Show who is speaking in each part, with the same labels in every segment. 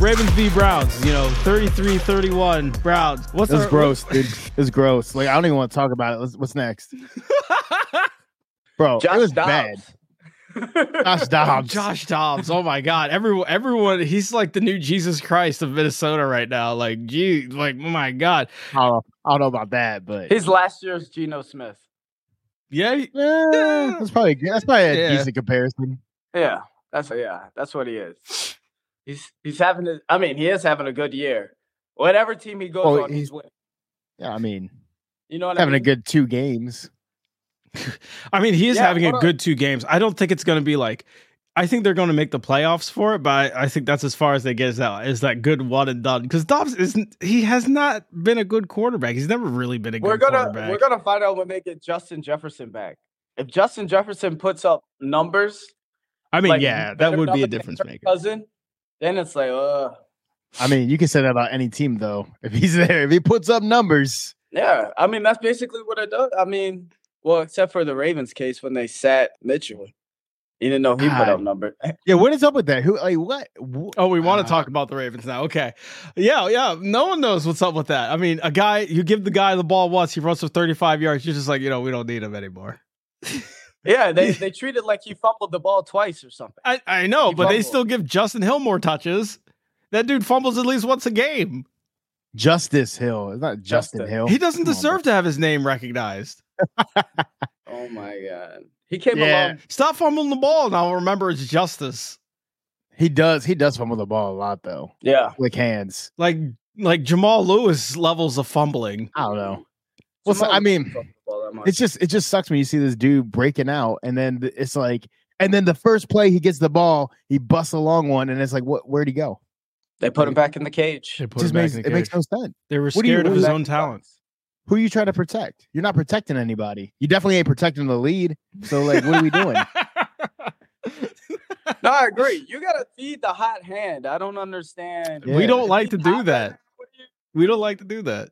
Speaker 1: Ravens v. Browns, you know, 33 31. Browns. What's
Speaker 2: It's
Speaker 1: our-
Speaker 2: gross, dude. It's gross. Like I don't even want to talk about it. Let's, what's next, bro? it was bad. Josh Dobbs.
Speaker 1: Josh Dobbs. Oh my God. Everyone, everyone, he's like the new Jesus Christ of Minnesota right now. Like, gee, like, my God.
Speaker 2: I don't, I don't know about that, but
Speaker 3: His last year's Geno Smith.
Speaker 1: Yeah.
Speaker 2: Eh, that's probably that's probably a
Speaker 1: Yeah.
Speaker 2: decent comparison.
Speaker 3: Yeah, that's yeah, that's what he is. He's he's having. A, I mean, he is having a good year. Whatever team he goes
Speaker 2: Oh,
Speaker 3: on, he's,
Speaker 2: he's-
Speaker 3: winning.
Speaker 2: Yeah, I mean,
Speaker 3: You know what
Speaker 2: having
Speaker 3: I
Speaker 2: a
Speaker 3: mean?
Speaker 2: good two games.
Speaker 1: I mean, he is
Speaker 3: Yeah,
Speaker 1: having a
Speaker 3: hold on.
Speaker 1: good two games. I don't think it's going to be like, I think they're going to make the playoffs for it, but I, I think that's as far as they get is that, is that good one and done. Because Dobbs isn't, he has not been a good quarterback. He's never really been a good
Speaker 3: we're gonna
Speaker 1: quarterback.
Speaker 3: we're gonna find out when they get Justin Jefferson back. If Justin Jefferson puts up numbers,
Speaker 1: I mean,
Speaker 3: like,
Speaker 1: yeah,
Speaker 3: better
Speaker 1: that would be a
Speaker 3: numbers than
Speaker 1: difference
Speaker 3: Kirk
Speaker 1: maker.
Speaker 3: Cousin, then it's like, uh,
Speaker 2: I mean, you can say that about any team though. If he's there, if he puts up numbers,
Speaker 3: yeah. I mean, that's basically what it does. I mean, well, except for the Ravens case when they sat Mitchell, even though he put
Speaker 2: God.
Speaker 3: up numbers.
Speaker 2: yeah. What is up with that? Who like what? Wh-
Speaker 1: Oh, we want
Speaker 2: Uh,
Speaker 1: to talk about the Ravens now. Okay. Yeah, yeah. No one knows what's up with that. I mean, a guy, you give the guy the ball once, he runs for 35 yards. You're just like, you know, we don't need him anymore.
Speaker 3: Yeah, they they treat it like he fumbled the ball twice or something.
Speaker 1: I, I know,
Speaker 3: He
Speaker 1: but they
Speaker 3: fumbled.
Speaker 1: still give Justin Hill more touches. That dude fumbles at least once a game.
Speaker 2: Justice Hill. It's not Justin,
Speaker 3: Justin.
Speaker 2: Hill.
Speaker 1: He doesn't
Speaker 2: Come on,
Speaker 1: deserve to have his name recognized.
Speaker 3: Oh my god, he came
Speaker 2: Yeah.
Speaker 3: along.
Speaker 1: Stop fumbling the ball, and I'll remember it's justice.
Speaker 2: bro. He does. He does fumble the ball a lot though.
Speaker 3: Yeah,
Speaker 2: Like hands.
Speaker 1: Like like Jamal Lewis levels of fumbling.
Speaker 2: I don't know. Well, so-
Speaker 3: Jamal
Speaker 2: I mean,
Speaker 3: fumbled the ball that much.
Speaker 2: it's just it just sucks when you see this dude breaking out and then th- it's like and then the first play he gets the ball he busts a long one and it's like what where'd he go
Speaker 3: they put him back in the cage.
Speaker 1: They,
Speaker 2: it just makes it makes no sense
Speaker 1: they were
Speaker 2: What do you-
Speaker 1: scared of
Speaker 2: what
Speaker 1: his
Speaker 2: is
Speaker 1: own talent.
Speaker 2: who are you trying to protect you're not protecting anybody you definitely ain't protecting the lead so like what are we doing
Speaker 3: No, I agree. You gotta feed the hot hand. I don't understand.
Speaker 2: Yeah.
Speaker 1: We don't like to
Speaker 3: Feed
Speaker 1: do
Speaker 3: hot
Speaker 1: that.
Speaker 3: hand? What do you-
Speaker 1: We don't like to do that.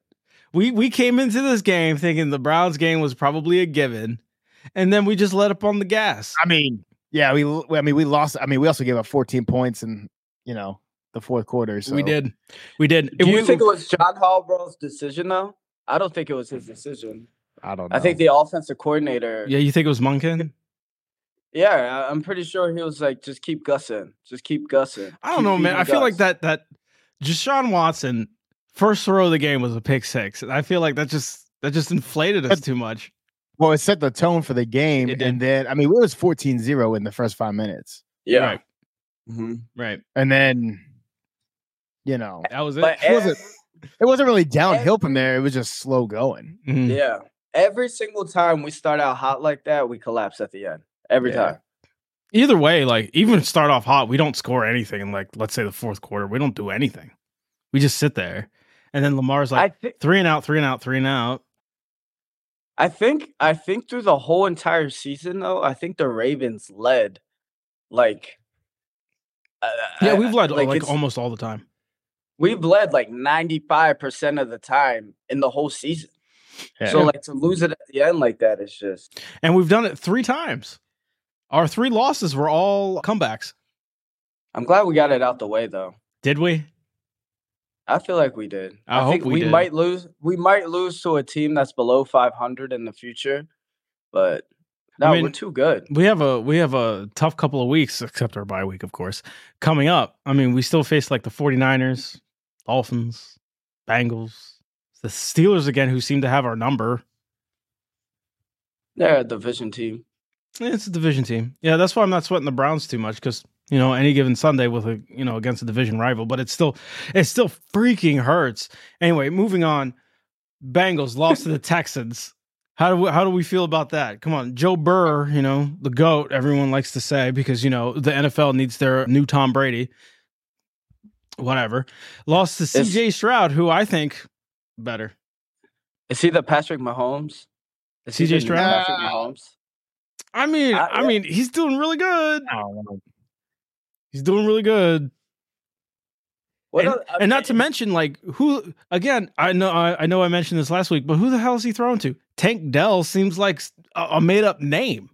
Speaker 1: We we came into this game thinking the Browns game was probably a given, and then we just let up on the gas.
Speaker 2: i mean yeah we l- i mean we lost i mean we also gave up 14 points in you know the fourth quarter so
Speaker 1: We did, we did. It
Speaker 3: Do you
Speaker 1: was-
Speaker 3: think it was John Hallbro's decision though? I don't think it was his decision.
Speaker 2: i don't know
Speaker 3: I think the offensive coordinator.
Speaker 1: yeah, you think it was Munkin?
Speaker 3: yeah, I- I'm pretty sure he was like, just keep gussing, just keep gussing.
Speaker 1: I don't
Speaker 3: keep
Speaker 1: know, man.
Speaker 3: feeding
Speaker 1: I feel like
Speaker 3: Gus."
Speaker 1: that that Deshaun Watson first throw of the game was a pick six, and I feel like that just that just inflated us
Speaker 2: But-
Speaker 1: too much.
Speaker 2: well it set the tone for the game
Speaker 1: It did.
Speaker 2: and then i mean it was 14-0 in the first five minutes
Speaker 3: Yeah.
Speaker 1: right,
Speaker 3: Mhm.
Speaker 1: right.
Speaker 2: and then you know
Speaker 1: That was it.
Speaker 3: But
Speaker 2: was it?
Speaker 3: ev-
Speaker 2: it wasn't really downhill from there. It was just slow going.
Speaker 1: Mhm.
Speaker 3: yeah, every single time we start out hot like that, we collapse at the end. Every
Speaker 2: Yeah.
Speaker 3: time.
Speaker 1: Either way, like even start off hot, we don't score anything. in, Like let's say the fourth quarter, we don't do anything. We just sit there, and then Lamar's like
Speaker 3: I think.
Speaker 1: three and out, three and out, three and out.
Speaker 3: I think I think through the whole entire season though, I think the Ravens led like uh,
Speaker 1: Yeah,
Speaker 3: I-
Speaker 1: we've led like,
Speaker 3: it's-
Speaker 1: almost all the time.
Speaker 3: we've led like 95% of the time in the whole season. So
Speaker 2: Yeah.
Speaker 3: like to lose it at the end like that is just
Speaker 1: And we've done it three times. Our three losses were all comebacks.
Speaker 3: I'm glad we got it out the way though.
Speaker 1: Did we?
Speaker 3: I feel like we did.
Speaker 1: I hope
Speaker 3: think
Speaker 1: we did.
Speaker 3: might lose we might lose to a team that's below 500 in the future, but
Speaker 1: I
Speaker 3: no, we're
Speaker 1: mean,
Speaker 3: too good.
Speaker 1: We have a we have a tough couple of weeks, except our bye week, of course, coming up. I mean, we still face like the 49ers, Dolphins, Bengals, the Steelers again, who seem to have our number.
Speaker 3: They're a division team.
Speaker 1: Eh, It's a division team. Yeah, that's why I'm not sweating the Browns too much because you know any given Sunday with a you know against a division rival, but it's still it still freaking hurts. Anyway, moving on. Bengals lost to the Texans. How do we, how do we feel about that? Come on, Joe Burr, you know the goat. Everyone likes to say because you know the NFL needs their new Tom Brady. Whatever, lost to
Speaker 3: It's-
Speaker 1: C.J. Stroud, who I think better.
Speaker 3: Is he the Patrick Mahomes? Is he
Speaker 1: CJ
Speaker 3: the new
Speaker 1: Stroud?
Speaker 3: Patrick Mahomes?
Speaker 1: I mean,
Speaker 3: I-
Speaker 1: I mean, he's doing really good.
Speaker 2: I don't know.
Speaker 1: He's doing really good.
Speaker 3: What
Speaker 1: and,
Speaker 3: oth- I
Speaker 1: and not to
Speaker 3: mean,
Speaker 1: mention, like who again? I know I, I know I mentioned this last week, but who the hell is he throwing to? Tank Dell seems like s- a, a made up name.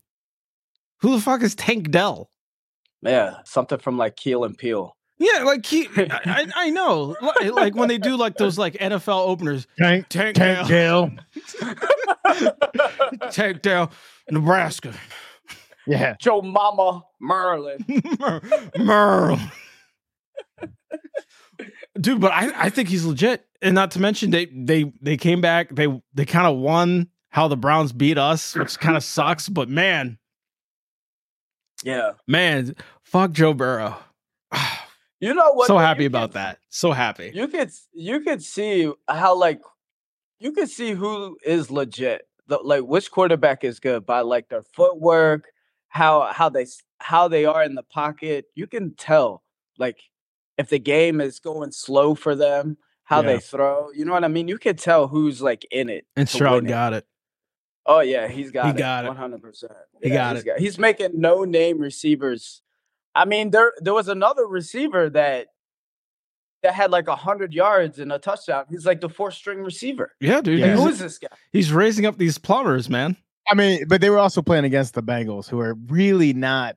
Speaker 1: Who the fuck is Tank Dell?
Speaker 3: yeah, something from like Keel and Peel.
Speaker 1: Yeah, like he, I, I I know. Li- Like when they do like those like NFL openers,
Speaker 2: Tank,
Speaker 1: tank,
Speaker 2: tank
Speaker 1: down,
Speaker 2: jail.
Speaker 1: tank down, Nebraska,
Speaker 2: Yeah.
Speaker 3: Joe Mama Merlin.
Speaker 1: Mer- Merle. Dude, but I, I think he's legit, and not to mention they they they came back. They they kind of won how the Browns beat us, which kind of sucks. But man,
Speaker 3: Yeah.
Speaker 1: man, fuck Joe Burrow.
Speaker 3: You know what?
Speaker 1: so
Speaker 3: though?
Speaker 1: happy
Speaker 3: You
Speaker 1: about
Speaker 3: could-
Speaker 1: that. So happy.
Speaker 3: You could you could see how like you could see who is legit. The, like which quarterback is good by like their footwork, how how they s- how they are in the pocket. You can tell like if the game is going slow for them, how
Speaker 1: Yeah.
Speaker 3: they throw. You know what I mean? You could tell who's like in it.
Speaker 1: and
Speaker 3: to
Speaker 1: Stroud
Speaker 3: win it.
Speaker 1: got it.
Speaker 3: Oh yeah, he's got
Speaker 1: He
Speaker 3: it.
Speaker 1: got it.
Speaker 3: One hundred percent.
Speaker 1: He got it.
Speaker 3: He's making no name receivers. I mean, there there was another receiver that that had like hundred yards and a touchdown. He's like the fourth string receiver.
Speaker 1: Yeah, dude.
Speaker 2: Yeah.
Speaker 3: Like, who
Speaker 1: He's,
Speaker 3: is this guy?
Speaker 1: he's raising up these plumbers, man.
Speaker 2: I mean, but they were also playing against the Bengals, who are really not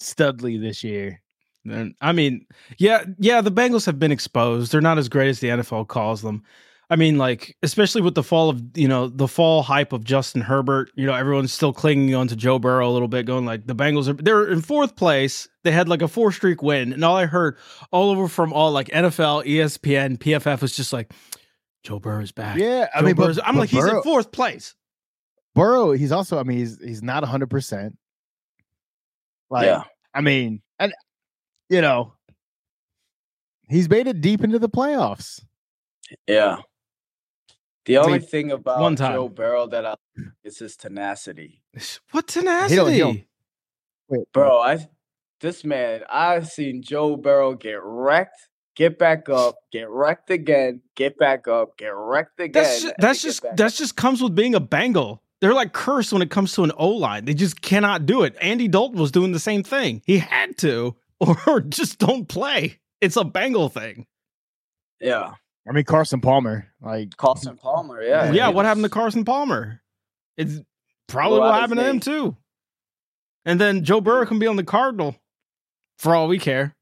Speaker 2: studly this year.
Speaker 1: And, I mean, yeah, yeah, the Bengals have been exposed. They're not as great as the NFL calls them. I mean, like, especially with the fall of, you know, the fall hype of Justin Herbert, you know, everyone's still clinging on to Joe Burrow a little bit, going like the Bengals are, they're in fourth place. They had like a four streak win. And all I heard all over from all like NFL, ESPN, PFF was just like, Joe Burrow's back.
Speaker 2: Yeah, I
Speaker 1: Ah, Joe
Speaker 2: mean, but-
Speaker 1: Burrow's- I'm
Speaker 2: but
Speaker 1: like, he's
Speaker 2: Burrow,
Speaker 1: in fourth place.
Speaker 2: Burrow. He's also, I mean, he's he's not 100. percent Like,
Speaker 3: yeah,
Speaker 2: I mean, and you know, he's made it deep into the playoffs.
Speaker 3: yeah. The
Speaker 1: mean,
Speaker 3: only thing about
Speaker 1: one time.
Speaker 3: Joe Burrow that I like is his tenacity,
Speaker 1: What tenacity?
Speaker 2: He don't- he don't- Wait,
Speaker 3: bro. I this man, I've seen Joe Burrow get wrecked, get back up, get wrecked again, get back up, get wrecked again.
Speaker 1: That's ju-
Speaker 3: and
Speaker 1: that's
Speaker 3: then get
Speaker 1: just
Speaker 3: back
Speaker 1: that's just comes with being a Bengal. They're like cursed when it comes to an O line. They just cannot do it. Andy Dalton was doing the same thing. He had to, or just don't play. It's a Bengal thing.
Speaker 3: Yeah,
Speaker 2: I mean, Carson Palmer. Like,
Speaker 3: Carson Palmer.
Speaker 1: Yeah.
Speaker 3: Yeah. he
Speaker 1: what happened to
Speaker 3: was-
Speaker 1: Carson Palmer? It's probably
Speaker 3: Blew
Speaker 1: what
Speaker 3: out his
Speaker 1: happened to him
Speaker 3: knee.
Speaker 1: too. And then Joe Burrow can be on the Cardinal for all we care.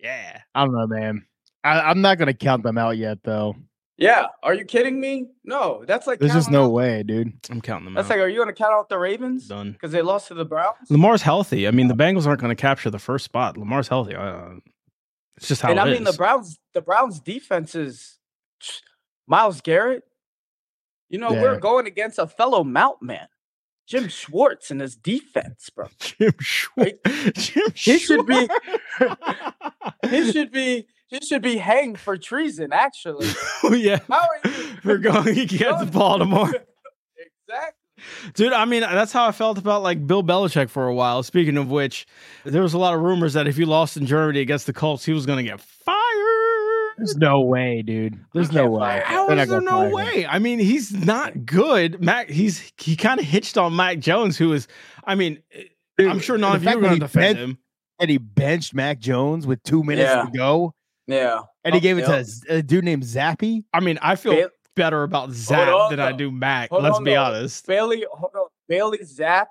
Speaker 1: Yeah.
Speaker 2: I don't know, man. I, I'm not gonna count them out yet, though.
Speaker 3: Yeah. Are you kidding me? No, that's like
Speaker 2: There's just
Speaker 3: counting
Speaker 2: no
Speaker 3: out-
Speaker 2: way, dude.
Speaker 1: I'm counting them
Speaker 3: That's
Speaker 1: out.
Speaker 3: like, are you gonna count out the Ravens
Speaker 1: Done.
Speaker 3: because they lost to the Browns?
Speaker 1: Lamar's healthy. I mean, the Bengals aren't going to capture the first spot. Lamar's healthy. Uh, it's just how
Speaker 3: and
Speaker 1: it
Speaker 3: I mean,
Speaker 1: is.
Speaker 3: the Browns, the Browns defense is Miles Garrett. You know,
Speaker 2: Yeah.
Speaker 3: we're going against a fellow Mount man, Jim Schwartz, and his defense, bro.
Speaker 1: Jim Schwartz. Jim
Speaker 3: He should be. He
Speaker 1: Schwartz.
Speaker 3: should be. He should be hanged for treason. Actually,
Speaker 1: oh yeah,
Speaker 3: how are you?
Speaker 1: we're going against Baltimore,
Speaker 3: Exactly.
Speaker 1: dude. I mean, that's how I felt about like Bill Belichick for a while. Speaking of which, there was a lot of rumors that if he lost in Germany against the Colts, he was going to get fired.
Speaker 2: There's no way, dude. There's
Speaker 3: You
Speaker 2: no
Speaker 3: can't
Speaker 2: way.
Speaker 3: fire him.
Speaker 1: How
Speaker 2: They're not
Speaker 1: is there
Speaker 2: gonna
Speaker 1: no
Speaker 2: fire him.
Speaker 1: way? I mean, he's not good. Mac, he's he kind of hitched on Mac Jones, who is, I mean, eh,
Speaker 2: Dude,
Speaker 1: I'm sure
Speaker 2: the
Speaker 1: none of you
Speaker 2: fact
Speaker 1: are
Speaker 2: that
Speaker 1: going
Speaker 2: he
Speaker 1: to defend
Speaker 2: benched-
Speaker 1: him.
Speaker 2: And he benched Mac Jones with two minutes to go,
Speaker 3: Yeah.
Speaker 2: and he
Speaker 3: Oh,
Speaker 2: gave it
Speaker 3: yeah.
Speaker 2: to a, a dude named Zappy.
Speaker 1: I mean, I feel
Speaker 3: Ba-
Speaker 1: better about Zach
Speaker 3: on,
Speaker 1: than I
Speaker 3: though.
Speaker 1: do Mac.
Speaker 3: Hold
Speaker 1: let's
Speaker 3: on,
Speaker 1: be
Speaker 3: though.
Speaker 1: honest.
Speaker 3: Bailey, hold on. Bailey Zapp,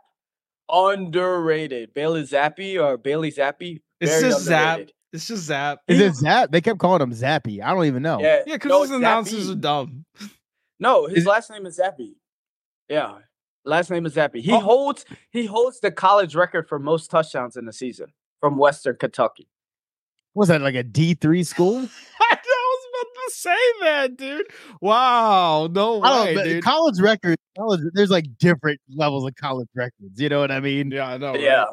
Speaker 3: underrated. Bailey Zappy or Bailey Zappy?
Speaker 1: It's
Speaker 3: very
Speaker 1: just Zapp.
Speaker 3: underrated.
Speaker 1: It's just Zap.
Speaker 2: Is it Zap? They kept calling him Zappy. I don't even know.
Speaker 3: Yeah,
Speaker 1: Yeah, because
Speaker 3: no,
Speaker 1: his
Speaker 3: it's
Speaker 1: announcers
Speaker 3: Zappy.
Speaker 1: are dumb.
Speaker 3: No, his
Speaker 2: is it-
Speaker 3: last name is Zappy. Yeah, last name is Zappy. He
Speaker 1: Oh.
Speaker 3: holds he holds the college record for most touchdowns in the season from Western Kentucky.
Speaker 2: Was that like a D three school?
Speaker 1: I was about to say that, dude. Wow, no
Speaker 2: I don't.
Speaker 1: way,
Speaker 2: know.
Speaker 1: dude.
Speaker 2: College records. College, there's like different levels of college records. You know what I mean?
Speaker 1: yeah, I know. right?
Speaker 3: Yeah,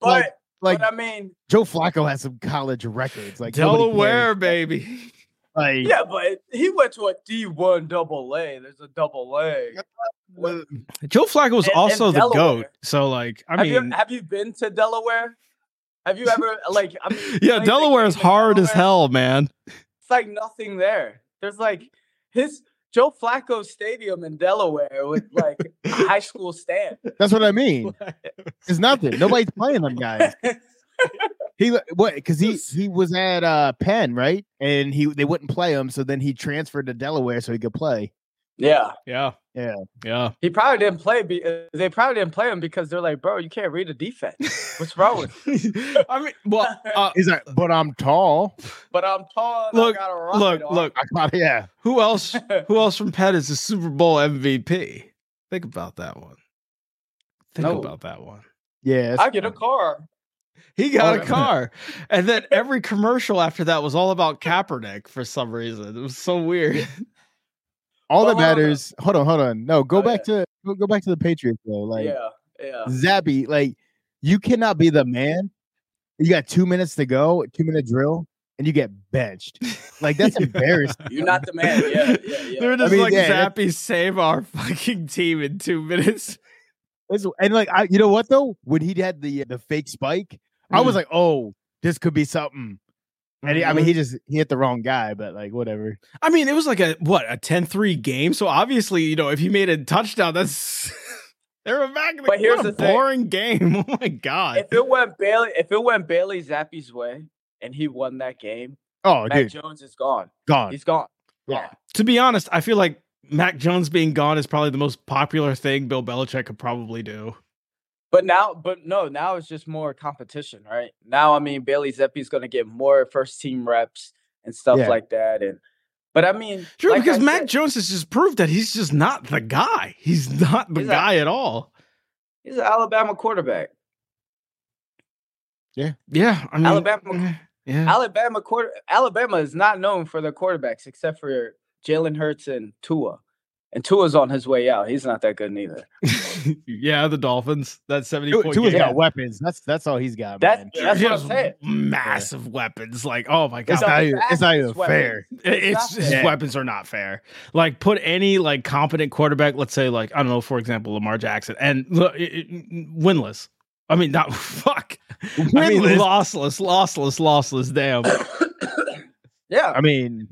Speaker 3: but
Speaker 2: Like- Like
Speaker 3: but I mean,
Speaker 2: Joe Flacco has some college records. Like nobody
Speaker 1: Delaware, baby.
Speaker 2: cares. Like
Speaker 3: yeah, but he went to a D one double A. There's a double A. What-
Speaker 1: Joe Flacco was
Speaker 3: And- and
Speaker 1: also the
Speaker 3: Delaware.
Speaker 1: goat. So, like, I
Speaker 3: have
Speaker 1: mean,
Speaker 3: you have you been to Delaware? Have you ever like? I mean,
Speaker 1: yeah,
Speaker 3: played the
Speaker 1: Delaware is
Speaker 3: game in
Speaker 1: hard as
Speaker 3: Delaware?
Speaker 1: hell, man.
Speaker 3: it's like nothing there. There's like his Joe Flacco Stadium in Delaware with like a high school stand.
Speaker 2: that's what I mean. It's nothing. Nobody's playing them guys. He what? Because he he was at uh Penn, right? And he they wouldn't play him, so then he transferred to Delaware so he could play.
Speaker 3: yeah,
Speaker 1: Yeah,
Speaker 2: Yeah.
Speaker 1: Yeah.
Speaker 3: He probably didn't play. Be- they probably didn't play him because they're like, bro, you can't read a defense. What's wrong with?
Speaker 1: I mean, well, uh,
Speaker 2: He's like, but I'm tall.
Speaker 3: But I'm tall. And
Speaker 1: Look,
Speaker 3: I got a rocket
Speaker 1: look,
Speaker 3: arm."
Speaker 1: look.
Speaker 2: I got yeah.
Speaker 1: Who else? Who else from Penn is the Super Bowl MVP? Think about that one. Think
Speaker 3: No.
Speaker 1: about that one.
Speaker 2: Yeah.
Speaker 3: I get a car.
Speaker 1: He got
Speaker 2: Oh,
Speaker 1: a
Speaker 2: yeah.
Speaker 1: car, and then every commercial after that was all about Kaepernick for some reason. It was so weird.
Speaker 2: All that
Speaker 3: Well, hold on.
Speaker 2: matters. Hold on, hold on. No, go
Speaker 3: Oh,
Speaker 2: back to go- go back to the Patriots though. Like
Speaker 3: yeah, yeah.
Speaker 2: Zabby, like you cannot be the man. You got two minutes to go, two minute drill, and you get benched. Like that's embarrassing.
Speaker 3: You're not the man. Yeah, yeah, yeah.
Speaker 1: They were just
Speaker 2: mean,
Speaker 1: like
Speaker 2: yeah, that's-
Speaker 1: Zappy save our fucking team in two minutes.
Speaker 2: It's- and like I, you know what though? When he had the the fake spike, I
Speaker 3: Mm.
Speaker 2: was like, oh, this could be something. And he, I mean, he just he hit the wrong guy, but like whatever.
Speaker 1: I mean, it was like a what a 10-3 game. So obviously, you know, if he made a touchdown, that's they were back. Like,
Speaker 3: But here's
Speaker 1: what a
Speaker 3: the thing.
Speaker 1: boring game. Oh my god.
Speaker 3: If it went Bailey, if it went Bailey Zappi's way, and he won that game,
Speaker 2: Oh,
Speaker 3: Mac
Speaker 2: dude,
Speaker 3: Jones is gone.
Speaker 2: gone.
Speaker 3: He's gone.
Speaker 2: Yeah.
Speaker 1: to be honest, I feel like Mac Jones being gone is probably the most popular thing Bill Belichick could probably do.
Speaker 3: But now, but no, now it's just more competition, right? Now, I mean, Bailey Zappi's going to get more first team reps and stuff
Speaker 2: Yeah.
Speaker 3: like that. And but I mean,
Speaker 1: Sure,
Speaker 3: like
Speaker 1: because
Speaker 3: I
Speaker 1: Mac
Speaker 3: said,
Speaker 1: Jones has just proved that he's just not the guy. He's not the
Speaker 3: He's a-
Speaker 1: guy at all.
Speaker 3: he's an Alabama quarterback.
Speaker 1: Yeah, I mean, eh,
Speaker 3: Alabama-
Speaker 1: Yeah,
Speaker 3: Alabama quarter Alabama is not known for their quarterbacks except for Jalen Hurts and Tua. And Tua's on his way out. He's not that good neither.
Speaker 1: yeah, the Dolphins. That seventy
Speaker 2: Tua-
Speaker 1: point
Speaker 2: Tua's
Speaker 1: game.
Speaker 3: yeah.
Speaker 2: got weapons. That's that's all he's got.
Speaker 3: That-
Speaker 2: man.
Speaker 1: He
Speaker 3: that's what
Speaker 1: has
Speaker 3: I'm saying.
Speaker 1: Massive weapons. Like, oh my god,
Speaker 2: It's
Speaker 3: the
Speaker 2: not even- it's not even
Speaker 3: fastest weapon.
Speaker 2: fair.
Speaker 1: it's
Speaker 3: not
Speaker 1: his
Speaker 2: fair.
Speaker 1: weapons are not fair. Like, put any like competent quarterback, let's say like I don't know, for example, Lamar Jackson, and look, it- it- winless. I mean, not fuck. Winless,
Speaker 2: I mean, this-
Speaker 1: lossless, lossless, lossless. Damn.
Speaker 3: yeah.
Speaker 2: I mean,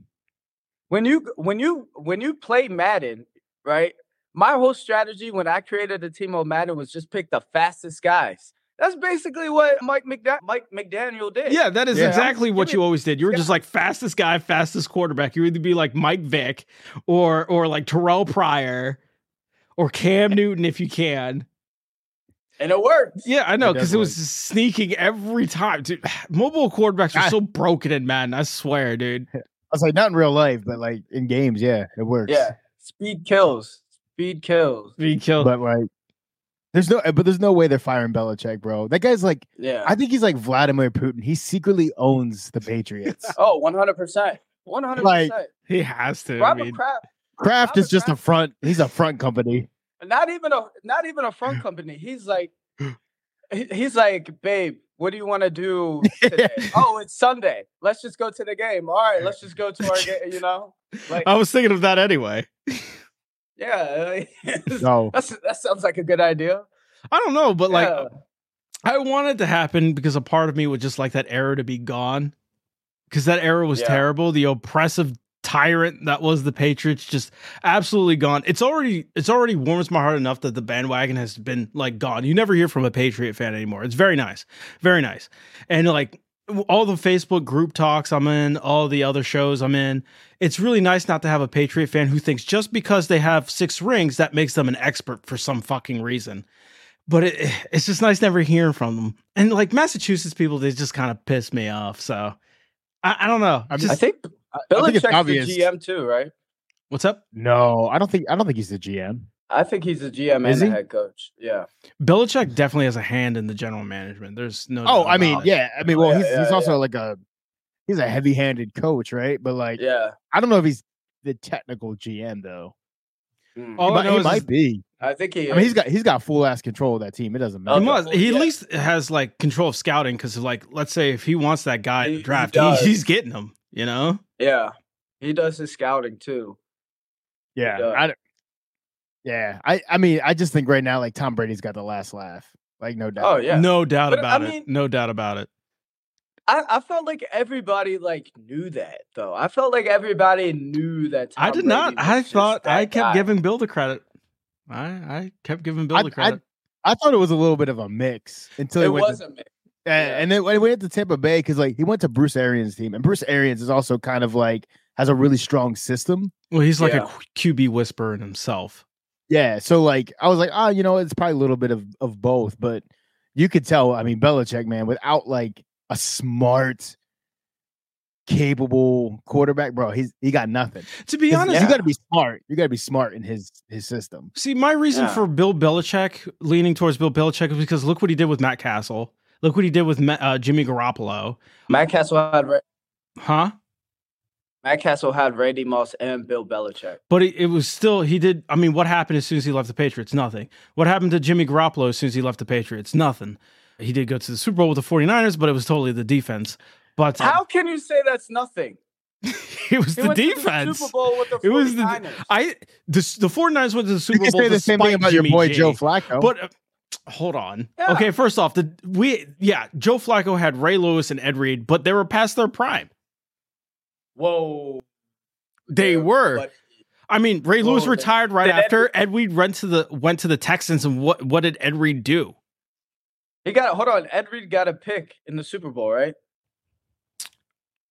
Speaker 3: When you when you when you play Madden, right? My whole strategy when I created a team on Madden was just pick the fastest guys. That's basically what Mike McDa- Mike McDaniel did.
Speaker 1: Yeah, that is
Speaker 2: Yeah.
Speaker 1: exactly
Speaker 3: Give
Speaker 1: what
Speaker 3: it-
Speaker 1: you always did. You were
Speaker 3: yeah.
Speaker 1: just like fastest guy, fastest quarterback. You would either be like Mike Vick or or like Terrell Pryor or Cam Newton if you can.
Speaker 3: And it worked.
Speaker 1: Yeah, I know
Speaker 2: It does
Speaker 1: because it was just sneaking every time. Dude, mobile quarterbacks are
Speaker 2: I-
Speaker 1: so broken in Madden. I swear, dude.
Speaker 2: I was like, not in real life, but like in games, yeah, it works.
Speaker 3: Yeah. Speed kills. Speed kills.
Speaker 1: Being killed.
Speaker 2: but like, there's no, eh, but there's no way they're firing Belichick, bro. That guy's like,
Speaker 3: Yeah.
Speaker 2: I think he's like Vladimir Putin. He secretly owns the Patriots.
Speaker 3: oh, 100%. 100%.
Speaker 1: he has to. I
Speaker 3: Robert
Speaker 1: mean,
Speaker 3: Kraft
Speaker 2: Kraft is
Speaker 3: Robert
Speaker 2: just a
Speaker 3: Kraft-
Speaker 2: front. He's a front company.
Speaker 3: not even a not even a front company. He's like, he- he's like, babe, what do you want to do today? oh, it's Sunday. Let's just go to the game. All right, let's just go to our game. You know, like,
Speaker 2: Um,
Speaker 1: I was thinking of that anyway.
Speaker 3: yeah, like,
Speaker 2: No,
Speaker 3: that's that sounds like a good idea.
Speaker 1: I don't know, but like
Speaker 3: Yeah.
Speaker 1: I want it to happen because a part of me would just like that era to be gone. Because that era was
Speaker 3: Yeah.
Speaker 1: terrible. The oppressive tyrant that was the Patriots just absolutely gone. It's already it's already warms my heart enough that the bandwagon has been like gone. You never hear from a Patriot fan anymore. It's very nice. Very nice. And like all the Facebook group talks I'm in, all the other shows I'm in, it's really nice not to have a Patriot fan who thinks just because they have six rings, that makes them an expert for some fucking reason. But it, it's just nice never hearing from them. And like Massachusetts people, they just kind of piss me off. So I, I don't know.
Speaker 2: I mean,
Speaker 1: Just-
Speaker 3: I think
Speaker 2: I think it's
Speaker 3: Belichick's
Speaker 2: obvious.
Speaker 3: the GM too, right?
Speaker 1: what's up?
Speaker 2: no, I don't think. I don't think he's the GM.
Speaker 3: I think he's the GM and
Speaker 2: Is
Speaker 3: the
Speaker 2: he?
Speaker 3: head coach. Yeah,
Speaker 1: Belichick definitely has a hand in the general management. There's no.
Speaker 2: Oh,
Speaker 1: doubt
Speaker 2: I mean,
Speaker 1: about it.
Speaker 2: yeah, I mean, well,
Speaker 3: Yeah,
Speaker 2: he's
Speaker 3: yeah,
Speaker 2: he's also like a he's a heavy-handed coach, right? But like,
Speaker 3: yeah.
Speaker 2: I don't know if he's the technical GM though.
Speaker 3: Mm.
Speaker 1: All
Speaker 2: he
Speaker 1: I
Speaker 2: might,
Speaker 1: know
Speaker 2: he
Speaker 1: is-
Speaker 2: might be.
Speaker 3: I think he.
Speaker 2: oh, I mean,
Speaker 3: is.
Speaker 2: he's got he's got full ass control of that team. It doesn't
Speaker 3: Oh,
Speaker 1: He
Speaker 3: Okay.
Speaker 2: matter.
Speaker 1: must. He
Speaker 3: Yeah.
Speaker 1: at least has like control of scouting because, like, let's say if he wants that guy in
Speaker 3: He-
Speaker 1: the
Speaker 3: he
Speaker 1: draft, he
Speaker 3: does.
Speaker 1: he's getting him. You know.
Speaker 3: yeah, he does his scouting too.
Speaker 2: yeah,
Speaker 3: Yeah.
Speaker 2: I, don't- yeah. I I mean, I just think right now, like Tom Brady's got the last laugh. Like no doubt.
Speaker 3: Oh yeah,
Speaker 1: No doubt
Speaker 3: But, I
Speaker 1: about
Speaker 3: mean-
Speaker 1: it. No doubt about it.
Speaker 3: I, I felt like everybody like knew that though. I felt like everybody knew that.
Speaker 1: I
Speaker 3: Tom
Speaker 1: did not.
Speaker 3: Brady was
Speaker 1: I
Speaker 3: just
Speaker 1: thought
Speaker 3: that
Speaker 1: I kept
Speaker 3: guy.
Speaker 1: giving Bill the credit. I I kept giving Bill
Speaker 2: I-
Speaker 1: the
Speaker 2: I-
Speaker 1: credit.
Speaker 2: I thought it was a little bit of a mix until he
Speaker 3: It
Speaker 2: went.
Speaker 3: was
Speaker 2: to,
Speaker 3: a mix.
Speaker 2: a,
Speaker 3: yeah.
Speaker 2: And then when he went to Tampa Bay, because like he went to Bruce Arians' team, and Bruce Arians is also kind of like has a really strong system.
Speaker 1: well, he's like
Speaker 3: yeah.
Speaker 1: a Q- QB whisperer in himself.
Speaker 2: Yeah, so like I was like, oh, you know, it's probably a little bit of of both, but you could tell. I mean, Belichick, man, without like a smart, capable quarterback, bro, he's he got nothing.
Speaker 1: To be
Speaker 2: 'Cause
Speaker 1: honest,
Speaker 2: you got to be smart. You got to be smart in his his system.
Speaker 1: See, my reason
Speaker 3: Yeah.
Speaker 1: for Bill Belichick leaning towards Bill Belichick is because look what he did with Matt Castle. Look what he did with Ma- uh, Jimmy Garoppolo.
Speaker 3: Matt Castle had Ra-
Speaker 1: Huh?
Speaker 3: Matt Castle had Randy Moss and Bill Belichick.
Speaker 1: But it, it was still he did. I mean, what happened as soon as he left the Patriots? Nothing. What happened to Jimmy Garoppolo as soon as he left the Patriots? Nothing. He did go to the Super Bowl with the 49ers, but it was totally the defense. But uh,
Speaker 3: How can you say that's nothing?
Speaker 1: it was
Speaker 3: He
Speaker 1: the
Speaker 3: went to
Speaker 1: defense.
Speaker 3: Super Bowl with the 49ers.
Speaker 1: It was the- I the s- the 49ers went to the Super
Speaker 2: You can
Speaker 1: Bowl.
Speaker 2: say the same thing
Speaker 1: despite
Speaker 2: about
Speaker 1: Jimmy
Speaker 2: your boy
Speaker 1: G.
Speaker 2: Joe Flacco.
Speaker 1: But uh, hold on.
Speaker 3: Yeah.
Speaker 1: Okay, first off, the we yeah, Joe Flacco had Ray Lewis and Ed Reed, but they were past their prime.
Speaker 3: Whoa.
Speaker 1: They
Speaker 3: Yeah,
Speaker 1: were.
Speaker 3: but-
Speaker 1: I mean, Ray Lewis
Speaker 3: Whoa, they-
Speaker 1: retired right
Speaker 3: Did Ed
Speaker 1: after Ed Reed went to the went to the Texans, and what what did Ed Reed do?
Speaker 3: He got hold on. Ed Reed got a pick in the Super Bowl, right?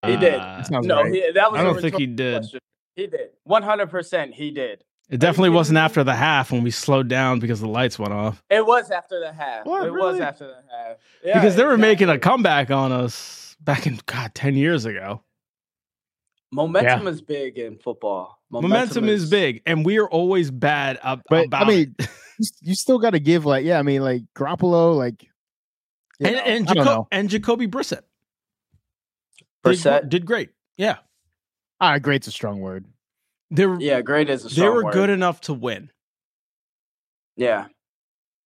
Speaker 3: He did.
Speaker 1: Uh,
Speaker 2: Sounds
Speaker 3: no,
Speaker 2: right.
Speaker 3: he, that was.
Speaker 1: I
Speaker 3: a
Speaker 1: don't think he
Speaker 3: rhetorical
Speaker 1: did.
Speaker 3: question. He did. One hundred percent. He did.
Speaker 1: It definitely
Speaker 3: kidding
Speaker 1: wasn't
Speaker 3: me?
Speaker 1: after the half when we slowed down because the lights went off
Speaker 3: It was after the half.
Speaker 1: What,
Speaker 3: it was
Speaker 1: really?
Speaker 3: after the half. Yeah,
Speaker 1: because they were making a
Speaker 3: exactly.
Speaker 1: comeback on us back in God ten years ago.
Speaker 3: Momentum is big in football.
Speaker 1: Momentum, is, big, and we are always bad ab-
Speaker 2: But, I
Speaker 1: about it.
Speaker 2: mean, you s- you still got to give like yeah, I mean like Garoppolo like you
Speaker 1: and
Speaker 2: know,
Speaker 1: and,
Speaker 2: I
Speaker 1: Jaco-
Speaker 2: don't know.
Speaker 1: and Jacoby Brissett did,
Speaker 3: Brissett?
Speaker 1: gr- did great. Yeah,
Speaker 2: Ah, great's a strong word.
Speaker 1: they were
Speaker 3: Yeah, great is a
Speaker 1: they
Speaker 3: strong
Speaker 1: were
Speaker 3: word.
Speaker 1: good enough to win,
Speaker 3: yeah,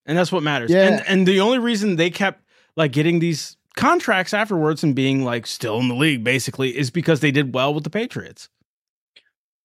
Speaker 1: and that's what matters.
Speaker 2: Yeah.
Speaker 1: And and the only reason they kept like getting these contracts afterwards and being like still in the league basically is because they did well with the Patriots.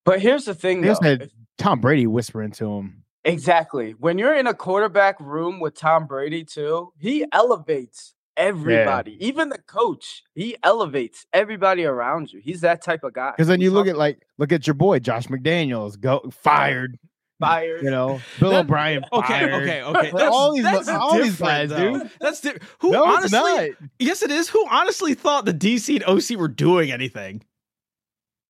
Speaker 3: but here's the thing
Speaker 2: They
Speaker 3: though.
Speaker 2: also had- Tom Brady whispering to him.
Speaker 3: Exactly. When you're in a quarterback room with Tom Brady too, he elevates everybody, even the coach. He elevates everybody around you. He's that type of guy.
Speaker 2: Because then
Speaker 3: We
Speaker 2: you look
Speaker 3: talk
Speaker 2: at like look at your boy Josh McDaniels go fired,
Speaker 3: fires.
Speaker 2: you know, Bill
Speaker 1: That-
Speaker 2: O'Brien.
Speaker 1: Okay,
Speaker 2: fired.
Speaker 1: okay, okay.
Speaker 2: Like, all these- all these
Speaker 1: different,
Speaker 2: guys,
Speaker 1: though.
Speaker 2: dude.
Speaker 1: That's di- who
Speaker 2: No, it's
Speaker 1: honestly.
Speaker 2: not.
Speaker 1: Yes, it is. Who honestly thought the DC and OC were doing anything?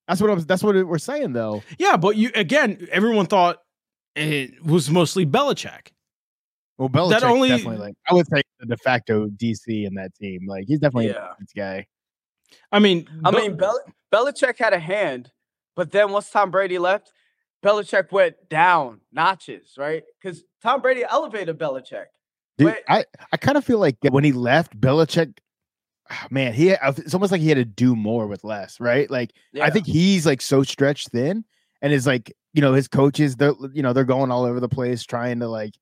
Speaker 2: That's what I'm, that's what we're saying though.
Speaker 1: Yeah, but you again, everyone thought it was mostly Belichick.
Speaker 2: Well, Belichick
Speaker 1: only-
Speaker 2: definitely like I would say the de facto DC in that team. Like he's definitely
Speaker 3: Yeah.
Speaker 2: this guy.
Speaker 1: I mean,
Speaker 3: I
Speaker 1: Bel-
Speaker 3: mean, Bel- Belichick had a hand, but then once Tom Brady left, Belichick went down notches, right? Because Tom Brady elevated Belichick.
Speaker 2: Dude,
Speaker 3: Wait.
Speaker 2: I I kind of feel like when he left, Belichick, ah, man, he it's almost like he had to do more with less, right? Like
Speaker 3: Yeah.
Speaker 2: I think he's like so stretched thin, and is like you know his coaches, they're you know they're going all over the place trying to like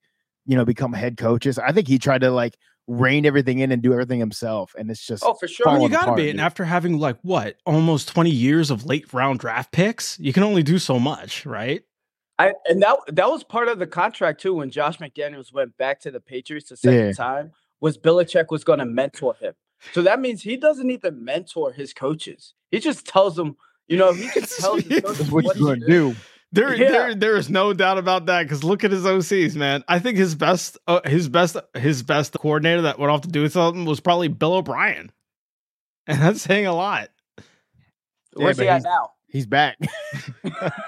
Speaker 2: you know become head coaches. I think he tried to like rein everything in and do everything himself, and it's just
Speaker 3: Oh, for sure.
Speaker 1: I mean, you
Speaker 2: falling
Speaker 1: gotta
Speaker 2: apart,
Speaker 1: be. And
Speaker 2: dude.
Speaker 1: after having like what almost twenty years of late round draft picks, you can only do so much, right?
Speaker 3: I, and that that was part of the contract too. When Josh McDaniels went back to the Patriots the second
Speaker 2: Yeah.
Speaker 3: time, was Belichick was going to mentor him. So that means he doesn't even mentor his coaches. He just tells them, you know, he can tell his coaches
Speaker 2: that's
Speaker 3: what,
Speaker 2: what
Speaker 3: to
Speaker 2: you're
Speaker 3: do.
Speaker 2: gonna do.
Speaker 1: There,
Speaker 3: Yeah.
Speaker 1: there, there is no doubt about that. Because look at his OCs, man. I think his best, uh, his best, his best coordinator that went off to do something was probably Bill O'Brien, and that's saying a lot.
Speaker 2: Yeah,
Speaker 3: Where's
Speaker 2: but
Speaker 3: he at
Speaker 2: he's-
Speaker 3: now?
Speaker 2: He's back,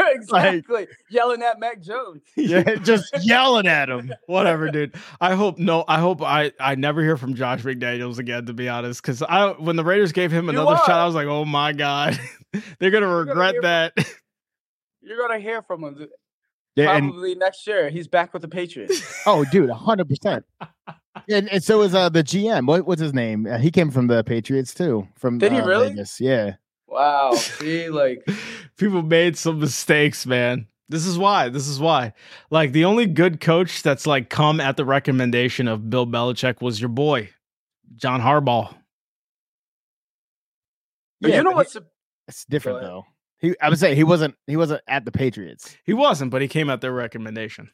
Speaker 3: exactly, yelling at Mac Jones.
Speaker 2: yeah, just yelling at him.
Speaker 1: Whatever, dude. I hope no. I hope I I never hear from Josh McDaniels again. To be honest, because I when the Raiders gave him
Speaker 3: You
Speaker 1: another
Speaker 3: are.
Speaker 1: shot, I was like, oh my god, they're gonna regret
Speaker 3: hear-
Speaker 1: that.
Speaker 3: You're gonna hear from him th-
Speaker 2: Yeah, and
Speaker 3: probably next year. He's back with the Patriots.
Speaker 2: Oh, dude, hundred percent. And, and so is uh, the GM. What, what's his name? Uh, he came from the Patriots too. From
Speaker 3: Did he
Speaker 2: uh,
Speaker 3: really?
Speaker 2: Vegas. Yeah.
Speaker 3: wow. See, like
Speaker 1: people made some mistakes, man. This is why. This is why. Like the only good coach that's like come at the recommendation of Bill Belichick was your boy, John Harbaugh.
Speaker 3: but
Speaker 2: Yeah,
Speaker 3: you know
Speaker 2: but
Speaker 3: what's a-
Speaker 2: It's different
Speaker 3: Go
Speaker 2: though. He, I would say he wasn't. He wasn't at the Patriots.
Speaker 1: He wasn't, but he came at their recommendation.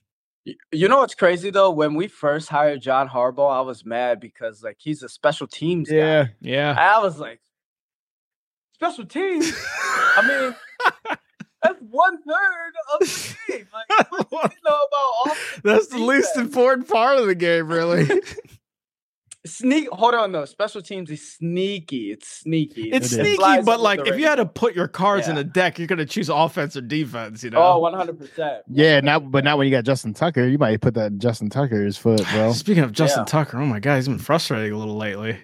Speaker 3: Y- You know what's crazy though? When we first hired John Harbaugh, I was mad because like he's a special teams guy.
Speaker 1: Yeah.
Speaker 3: I was like, special teams. I mean, that's one third of the team. Like, you know about all.
Speaker 1: that's the least important part of the game, really.
Speaker 3: sneak. Hold on, though. Special teams is sneaky. It's sneaky.
Speaker 1: It's
Speaker 2: It is.
Speaker 3: It
Speaker 1: sneaky,
Speaker 3: flies
Speaker 1: but
Speaker 3: under
Speaker 1: like
Speaker 3: the
Speaker 1: if you
Speaker 3: radar.
Speaker 1: had to put your cards in
Speaker 3: Yeah.
Speaker 1: a deck, you're gonna choose offense or defense. You know.
Speaker 3: oh, one hundred percent.
Speaker 2: Yeah, not but not when you got Justin Tucker. You might put that in Justin Tucker's foot, bro.
Speaker 1: Speaking of Justin
Speaker 3: Yeah.
Speaker 1: Tucker, oh my god, he's been frustrating a little lately.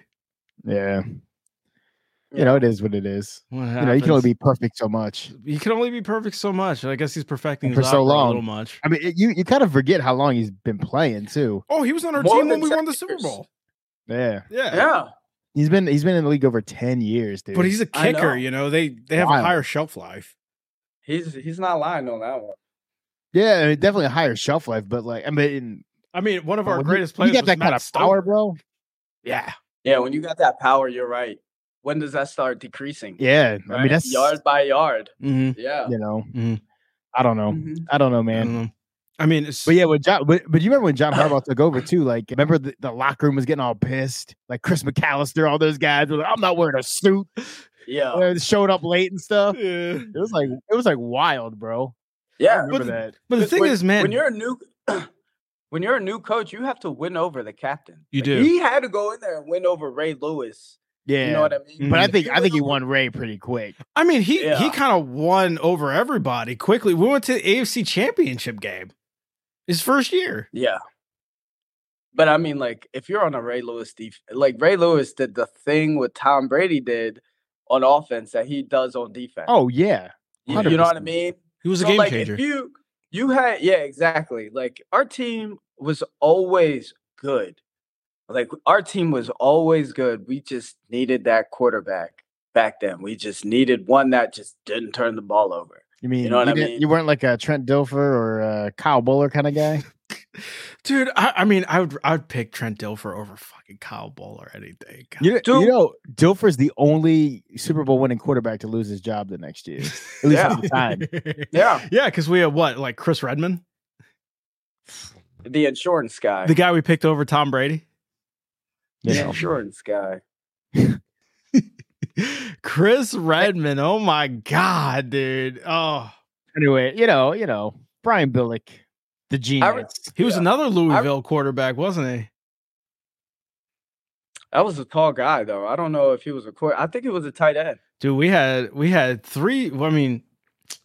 Speaker 2: Yeah. You know, it is what it is.
Speaker 1: What
Speaker 2: You know, you can only be perfect so much.
Speaker 1: he can only be perfect so much. and I guess he's perfecting
Speaker 2: And
Speaker 1: his
Speaker 2: for so
Speaker 1: opera a
Speaker 2: long.
Speaker 1: little much.
Speaker 2: I mean, it- you you kind of forget how long he's been playing too.
Speaker 1: Oh, he was on our
Speaker 3: More
Speaker 1: team when
Speaker 3: than
Speaker 1: we won the Super
Speaker 3: seven years.
Speaker 1: Bowl.
Speaker 2: Yeah,
Speaker 1: Yeah.
Speaker 3: Yeah.
Speaker 2: he's been he's been in the league over ten years, dude.
Speaker 1: But he's a
Speaker 3: I
Speaker 1: kicker,
Speaker 3: know.
Speaker 1: you know. They they have a
Speaker 2: Wild.
Speaker 1: higher shelf life.
Speaker 3: He's he's not lying on that one.
Speaker 2: yeah, I mean, definitely a higher shelf life. But like, I mean,
Speaker 1: I mean, one of
Speaker 2: when
Speaker 1: our
Speaker 2: you-
Speaker 1: greatest
Speaker 2: when
Speaker 1: players
Speaker 2: You got
Speaker 1: was
Speaker 2: that
Speaker 1: Matt
Speaker 2: kind of
Speaker 1: Stoller.
Speaker 2: power, bro.
Speaker 1: Yeah.
Speaker 3: Yeah, when you got that power, you're right. When does that start decreasing?
Speaker 2: Yeah, I mean
Speaker 3: Right?
Speaker 2: that's
Speaker 3: yard by yard.
Speaker 1: Mm-hmm.
Speaker 3: Yeah.
Speaker 2: You know,
Speaker 1: Mhm.
Speaker 2: I don't know.
Speaker 3: Mhm.
Speaker 2: I don't know,
Speaker 1: I
Speaker 2: man.
Speaker 1: don't know. I mean, it's,
Speaker 2: But yeah, when John, but, but you remember when John Harbaugh took over too? Like, remember the, the locker room was getting all pissed. Like Chris McAllister, all those guys were like, "I'm not wearing a suit."
Speaker 3: Yeah.
Speaker 2: They showed up late and stuff.
Speaker 1: yeah.
Speaker 2: It was like it was like wild, bro. I
Speaker 3: Yeah.
Speaker 2: remember
Speaker 1: But-
Speaker 2: that.
Speaker 1: But the
Speaker 3: 'Cause
Speaker 1: thing
Speaker 3: when-
Speaker 1: is, man,
Speaker 3: when you're a new when you're a new coach, you have to win over the captain.
Speaker 1: You
Speaker 3: Like,
Speaker 1: do.
Speaker 3: He had to go in there and win over Ray Lewis.
Speaker 2: Yeah,
Speaker 3: You know what I mean?
Speaker 2: but I
Speaker 3: If
Speaker 2: think I
Speaker 3: win
Speaker 2: think he
Speaker 3: over-
Speaker 2: won Ray pretty quick.
Speaker 1: I mean, he he
Speaker 3: Yeah.
Speaker 1: kind of won over everybody quickly. We went to the AFC Championship game, his first year.
Speaker 3: Yeah. But I mean, like, if you're on a Ray Lewis def- like Ray Lewis did the thing what Tom Brady did on offense that he does on defense.
Speaker 2: Oh yeah,
Speaker 3: you, you know what I
Speaker 2: 100%.
Speaker 3: mean?
Speaker 1: He was a
Speaker 3: So,
Speaker 1: game
Speaker 3: like,
Speaker 1: changer.
Speaker 3: If you you had yeah, exactly. Like our team was always good. Like our team was always good. We just needed that quarterback back then. We just needed one that just didn't turn the ball over.
Speaker 2: you mean you,
Speaker 3: know what I
Speaker 2: didn't-
Speaker 3: mean?
Speaker 2: you weren't like a Trent Dilfer or a Kyle Bowler kind of guy.
Speaker 1: Dude, I, I mean, I would I would pick Trent Dilfer over fucking Kyle Bowler any day. God.
Speaker 2: You,
Speaker 3: Dude.
Speaker 2: you know, Dilfer's the only Super Bowl winning quarterback to lose his job the next year, at least at the time.
Speaker 3: Yeah.
Speaker 1: yeah, because we had what, like Chris Redman,
Speaker 3: The insurance guy.
Speaker 1: the guy we picked over Tom Brady.
Speaker 2: You
Speaker 3: the
Speaker 2: know,
Speaker 3: insurance guy.
Speaker 1: Chris Redman, oh my god, dude! Oh,
Speaker 2: anyway, you know, you know, Brian Billick, the
Speaker 3: I
Speaker 2: genius.
Speaker 3: re-
Speaker 1: he was
Speaker 3: Yeah.
Speaker 1: another Louisville quarterback, wasn't he?
Speaker 3: That was a tall guy though. I don't know if he was a quarter. I think it was a tight end.
Speaker 1: Dude, we had we had three. I mean,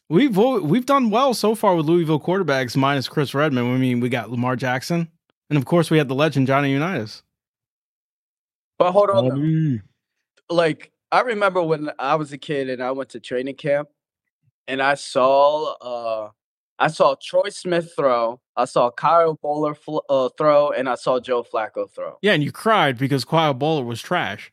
Speaker 1: we've al- we've done well so far with Louisville quarterbacks, minus Chris Redman. I mean, we got Lamar Jackson, and of course, we had the legend Johnny Unitas.
Speaker 3: But hold on. though.
Speaker 2: Um,
Speaker 3: like I remember when I was a kid and I went to training camp and I saw uh I saw Troy Smith throw, I saw Kyle Bowler fl- uh, throw and I saw Joe Flacco throw.
Speaker 1: Yeah, and you cried because Kyle Bowler was trash.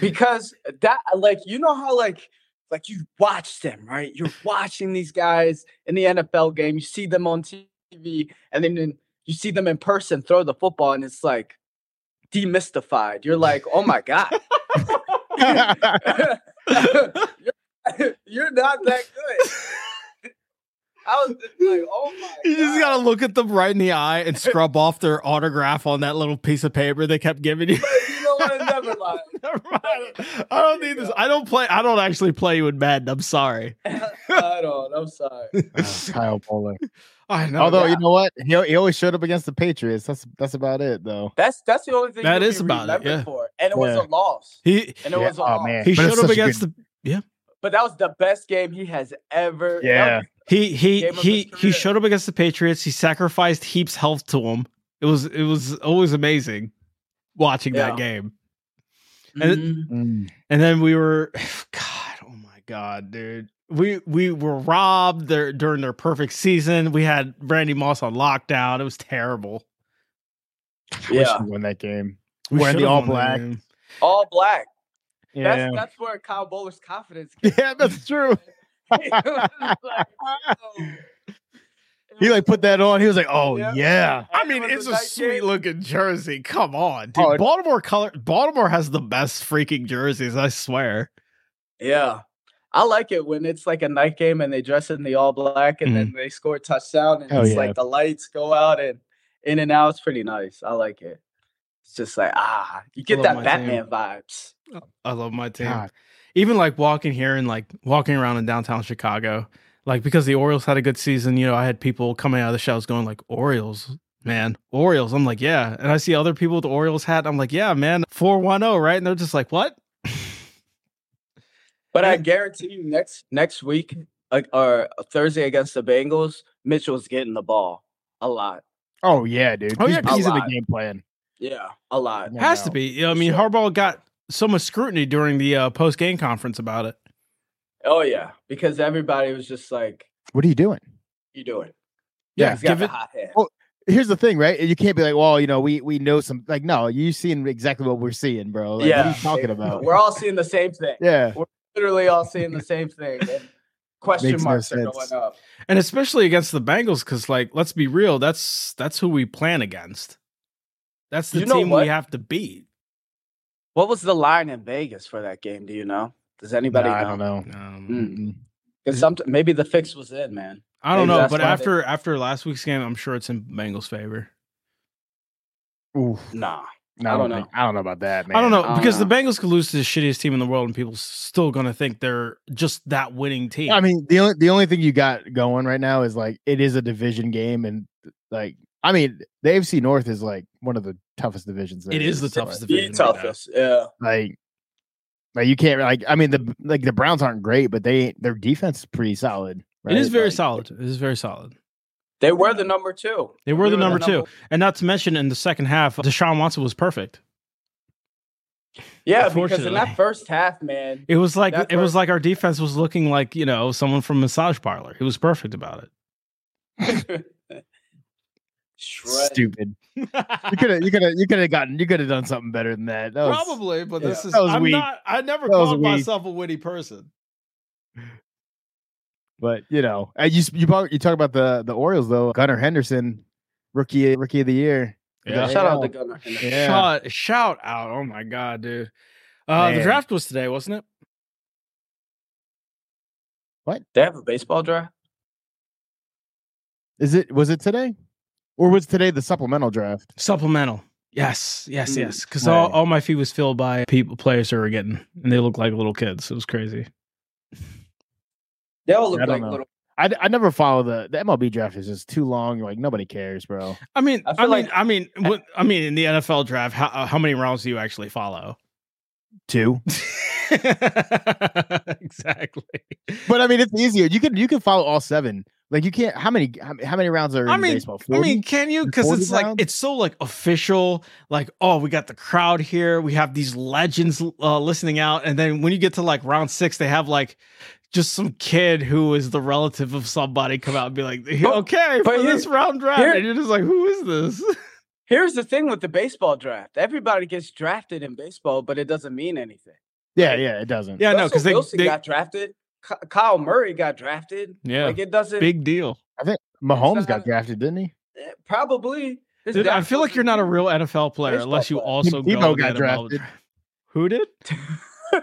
Speaker 3: Because that like you know how like like you watch them, right? You're watching these guys in the NFL game, you see them on TV and then in- you see them in person throw the football and it's like demystified. You're like, "Oh my god." you're, you're not that good. I was just like, oh my
Speaker 1: You just
Speaker 3: God.
Speaker 1: gotta look at them right in the eye and scrub off their autograph on that little piece of paper they kept giving you.
Speaker 3: you don't want to never lie.
Speaker 1: Never mind. I don't need this. I don't play. I don't actually play with Madden. I'm sorry.
Speaker 3: I don't. I'm sorry.
Speaker 2: oh, Kyle Bowler.
Speaker 1: I know.
Speaker 2: Although
Speaker 3: yeah.
Speaker 2: you know what, he, he always showed up against the Patriots. That's that's about it though.
Speaker 3: That's that's the only thing
Speaker 1: That
Speaker 3: you'll
Speaker 1: is
Speaker 3: be
Speaker 1: about it,
Speaker 3: remembered
Speaker 1: yeah.
Speaker 3: for, and it was
Speaker 2: Yeah.
Speaker 3: a loss.
Speaker 1: he
Speaker 3: And it
Speaker 2: Yeah.
Speaker 3: was a
Speaker 2: Oh,
Speaker 3: loss.
Speaker 2: man.
Speaker 1: he
Speaker 2: But it's
Speaker 1: showed up
Speaker 2: such a
Speaker 1: against the
Speaker 3: But that was the best game he has ever. that
Speaker 2: Yeah.
Speaker 3: was-
Speaker 1: He he
Speaker 3: Game of his
Speaker 1: he he
Speaker 3: career.
Speaker 1: showed up against the Patriots. He sacrificed heaps health to him. It was it was always amazing watching that
Speaker 3: Yeah.
Speaker 1: game. And it-
Speaker 3: Mhm.
Speaker 2: Mm.
Speaker 1: And then we were God, oh my God, dude. We we were robbed there during their perfect season. We had Randy Moss on lockdown. It was terrible.
Speaker 2: Wish
Speaker 3: yeah.
Speaker 2: he won that game.
Speaker 1: We
Speaker 2: Wearing the
Speaker 1: should've
Speaker 2: all
Speaker 1: won that
Speaker 2: black.
Speaker 1: game.
Speaker 3: All black.
Speaker 2: Yeah,
Speaker 3: That's that's where Kyle Bowler's confidence. Came.
Speaker 2: yeah, that's true.
Speaker 3: It was like, oh. It
Speaker 2: He
Speaker 3: was
Speaker 2: like put that on. He was like, "Oh
Speaker 3: Yep.
Speaker 2: yeah."
Speaker 1: I
Speaker 3: It
Speaker 1: mean,
Speaker 3: was
Speaker 1: it's
Speaker 3: a
Speaker 1: a
Speaker 3: nice
Speaker 1: sweet
Speaker 3: game.
Speaker 1: looking jersey. Come on, dude.
Speaker 2: Oh, it-
Speaker 1: Baltimore color. Baltimore has the best freaking jerseys. I swear.
Speaker 3: Yeah. I like it when it's like a night game and they dress in the all black and then they score a touchdown and
Speaker 2: Hell
Speaker 3: it's
Speaker 2: yeah.
Speaker 3: like the lights go out and in and out. It's pretty nice. I like it. It's just like, ah, you get
Speaker 1: love my
Speaker 3: that
Speaker 1: team.
Speaker 3: Batman vibes.
Speaker 1: I love my team.
Speaker 2: God.
Speaker 1: even like walking here and like walking around in downtown Chicago, like because the Orioles had a good season, you know, I had people coming out of the shows going like Orioles, man. Orioles. I'm like, yeah. And I see other people with the Orioles hat. I'm like, yeah, man, 410, right? And they're just like, what?
Speaker 3: But I
Speaker 1: Yeah.
Speaker 3: guarantee you, next next week uh, or Thursday against the Bengals, Mitchell's getting the ball a lot.
Speaker 2: Oh yeah, dude.
Speaker 1: Oh,
Speaker 2: he's,
Speaker 1: yeah, 'cause-
Speaker 2: he's in the
Speaker 3: A lot.
Speaker 2: game plan.
Speaker 3: Yeah, a lot.
Speaker 2: No
Speaker 1: Has to
Speaker 2: doubt.
Speaker 1: be. Yeah, I mean,
Speaker 3: Sure.
Speaker 1: Harbaugh got so much scrutiny during the uh, post game conference about it.
Speaker 3: Oh yeah, because everybody was just like,
Speaker 2: What are you doing?
Speaker 3: "You do it."
Speaker 1: Yeah,
Speaker 3: he's got
Speaker 1: give
Speaker 3: the
Speaker 1: it.
Speaker 3: hot hand.
Speaker 2: Well, Here's the thing, right? You can't be like, well, you know, we we know some. Like, no, you seeing exactly what we're seeing, bro. Like, what are
Speaker 3: yeah,
Speaker 2: you talking about?
Speaker 3: We're all seeing the same thing.
Speaker 2: yeah,
Speaker 3: Literally, all seeing the same thing. And question
Speaker 2: Makes no
Speaker 3: marks are
Speaker 2: sense.
Speaker 3: going up.
Speaker 1: and especially against the Bengals, because like, let's be real, that's that's who we plan against. That's the
Speaker 3: You know
Speaker 1: team we
Speaker 3: what?
Speaker 1: have to beat.
Speaker 3: What was the line in Vegas for that game? Do you know? Does anybody? know?
Speaker 2: Nah, I don't know.
Speaker 1: Um,
Speaker 3: Mm.
Speaker 2: Mm-mm.
Speaker 3: Because some maybe the fix was in, man.
Speaker 1: I don't
Speaker 3: Maybe
Speaker 1: know,
Speaker 3: that's
Speaker 1: but
Speaker 3: why they-
Speaker 1: after after last week's game, I'm sure it's in Bengals' favor.
Speaker 2: Oof.
Speaker 3: Nah,
Speaker 2: No,
Speaker 3: I
Speaker 2: I
Speaker 3: don't
Speaker 2: don't
Speaker 3: know.
Speaker 2: think- I don't know about that, man.
Speaker 1: I don't know
Speaker 3: I
Speaker 1: because
Speaker 3: don't
Speaker 1: the Bengals could lose to the shittiest team in the world, and people still gonna think they're just that winning team.
Speaker 2: I mean, the only the only thing you got going right now is like it is a division game, and like I mean, the AFC North is like one of the toughest divisions. there
Speaker 1: it is the
Speaker 2: so,
Speaker 1: toughest
Speaker 2: like,
Speaker 1: division.
Speaker 3: the
Speaker 1: right now.
Speaker 3: toughest. Yeah,
Speaker 2: Like, like you can't like I mean the like the Browns aren't great, but they their defense is pretty solid.
Speaker 1: It is
Speaker 2: right?
Speaker 1: very
Speaker 2: Like,
Speaker 1: solid. It is very solid.
Speaker 3: they were the number two.
Speaker 1: They were
Speaker 3: We
Speaker 1: the number two, and not to mention in the second half, Deshaun Watson was perfect.
Speaker 3: Yeah, because in
Speaker 1: Unfortunately.
Speaker 3: that first half, man,
Speaker 1: It was like
Speaker 3: That
Speaker 1: it was
Speaker 3: first-
Speaker 1: like our defense was looking like you know someone from a massage parlor. It was perfect about it.
Speaker 3: shred.
Speaker 2: Stupid. You could have you could have you could have gotten you could have done something better than that. that was-
Speaker 1: Probably, but
Speaker 3: yeah.
Speaker 1: this is
Speaker 2: That was
Speaker 1: I'm
Speaker 2: weak.
Speaker 1: not. I never
Speaker 2: That was
Speaker 1: called
Speaker 2: weak.
Speaker 1: myself a witty person.
Speaker 2: but you know, and you s- you talk, you talk about the the Orioles though. Gunnar Henderson, rookie rookie of the year.
Speaker 3: Yeah,
Speaker 2: Yeah.
Speaker 3: shout out to Gunnar.
Speaker 2: Yeah.
Speaker 1: Shout, shout out! Oh my god, dude! Uh, the
Speaker 2: Man.
Speaker 1: draft was today, wasn't it?
Speaker 3: They have a baseball draft.
Speaker 2: Is it was it today, or was today the supplemental draft?
Speaker 1: Supplemental. Yes, yes,
Speaker 3: Mm,
Speaker 1: yes. Because all,
Speaker 2: right.
Speaker 1: all my feed was filled by people players who were getting, and they looked like little kids. It was crazy.
Speaker 3: They all look
Speaker 2: I don't
Speaker 3: like
Speaker 2: know.
Speaker 3: little.
Speaker 2: I, I never follow the the MLB draft is just too long. Like nobody cares, bro.
Speaker 1: I mean, I,
Speaker 3: I feel
Speaker 1: mean,
Speaker 3: like-
Speaker 1: I mean, what, I mean, in the NFL draft, how uh, how many rounds do you actually follow?
Speaker 2: Two,
Speaker 1: exactly.
Speaker 2: but I mean it's easier. You can you can follow all seven. Like you can't. How many how, how many rounds are in
Speaker 1: I mean-
Speaker 2: baseball?
Speaker 1: I
Speaker 2: 40?
Speaker 1: mean, can you? Because
Speaker 2: 40
Speaker 1: it's like
Speaker 2: rounds?
Speaker 1: it's so like official. Like, oh, we got the crowd here. We have these legends uh, listening out, and then when you get to like round six, they have like just some kid who is the relative of somebody come out and be like,
Speaker 3: But-
Speaker 1: "Okay,
Speaker 3: but
Speaker 1: for
Speaker 3: here-
Speaker 1: this round draft,"
Speaker 3: here-
Speaker 1: and you're just like, "Who is this?"
Speaker 3: Here's the thing with the baseball draft: everybody gets drafted in baseball, but it doesn't mean anything.
Speaker 2: yeah, yeah, it doesn't.
Speaker 1: yeah, no,
Speaker 3: Russell
Speaker 1: because they,
Speaker 3: Wilson
Speaker 1: they
Speaker 3: got drafted. Ky- Kyle Murray got drafted.
Speaker 1: yeah,
Speaker 3: Like it doesn't
Speaker 1: big deal.
Speaker 2: Mahomes
Speaker 3: It's
Speaker 2: got
Speaker 3: not-
Speaker 2: drafted, didn't he?
Speaker 3: eh, probably. his
Speaker 1: Dude, I
Speaker 3: draft
Speaker 1: feel like
Speaker 3: wasn't
Speaker 1: you're not a
Speaker 3: good.
Speaker 1: real NFL player
Speaker 3: Baseball
Speaker 1: unless you
Speaker 3: player.
Speaker 1: also
Speaker 2: Tim
Speaker 1: go
Speaker 2: Tebow got
Speaker 1: to the NFL
Speaker 2: drafted.
Speaker 1: draft. Who did?
Speaker 2: Tim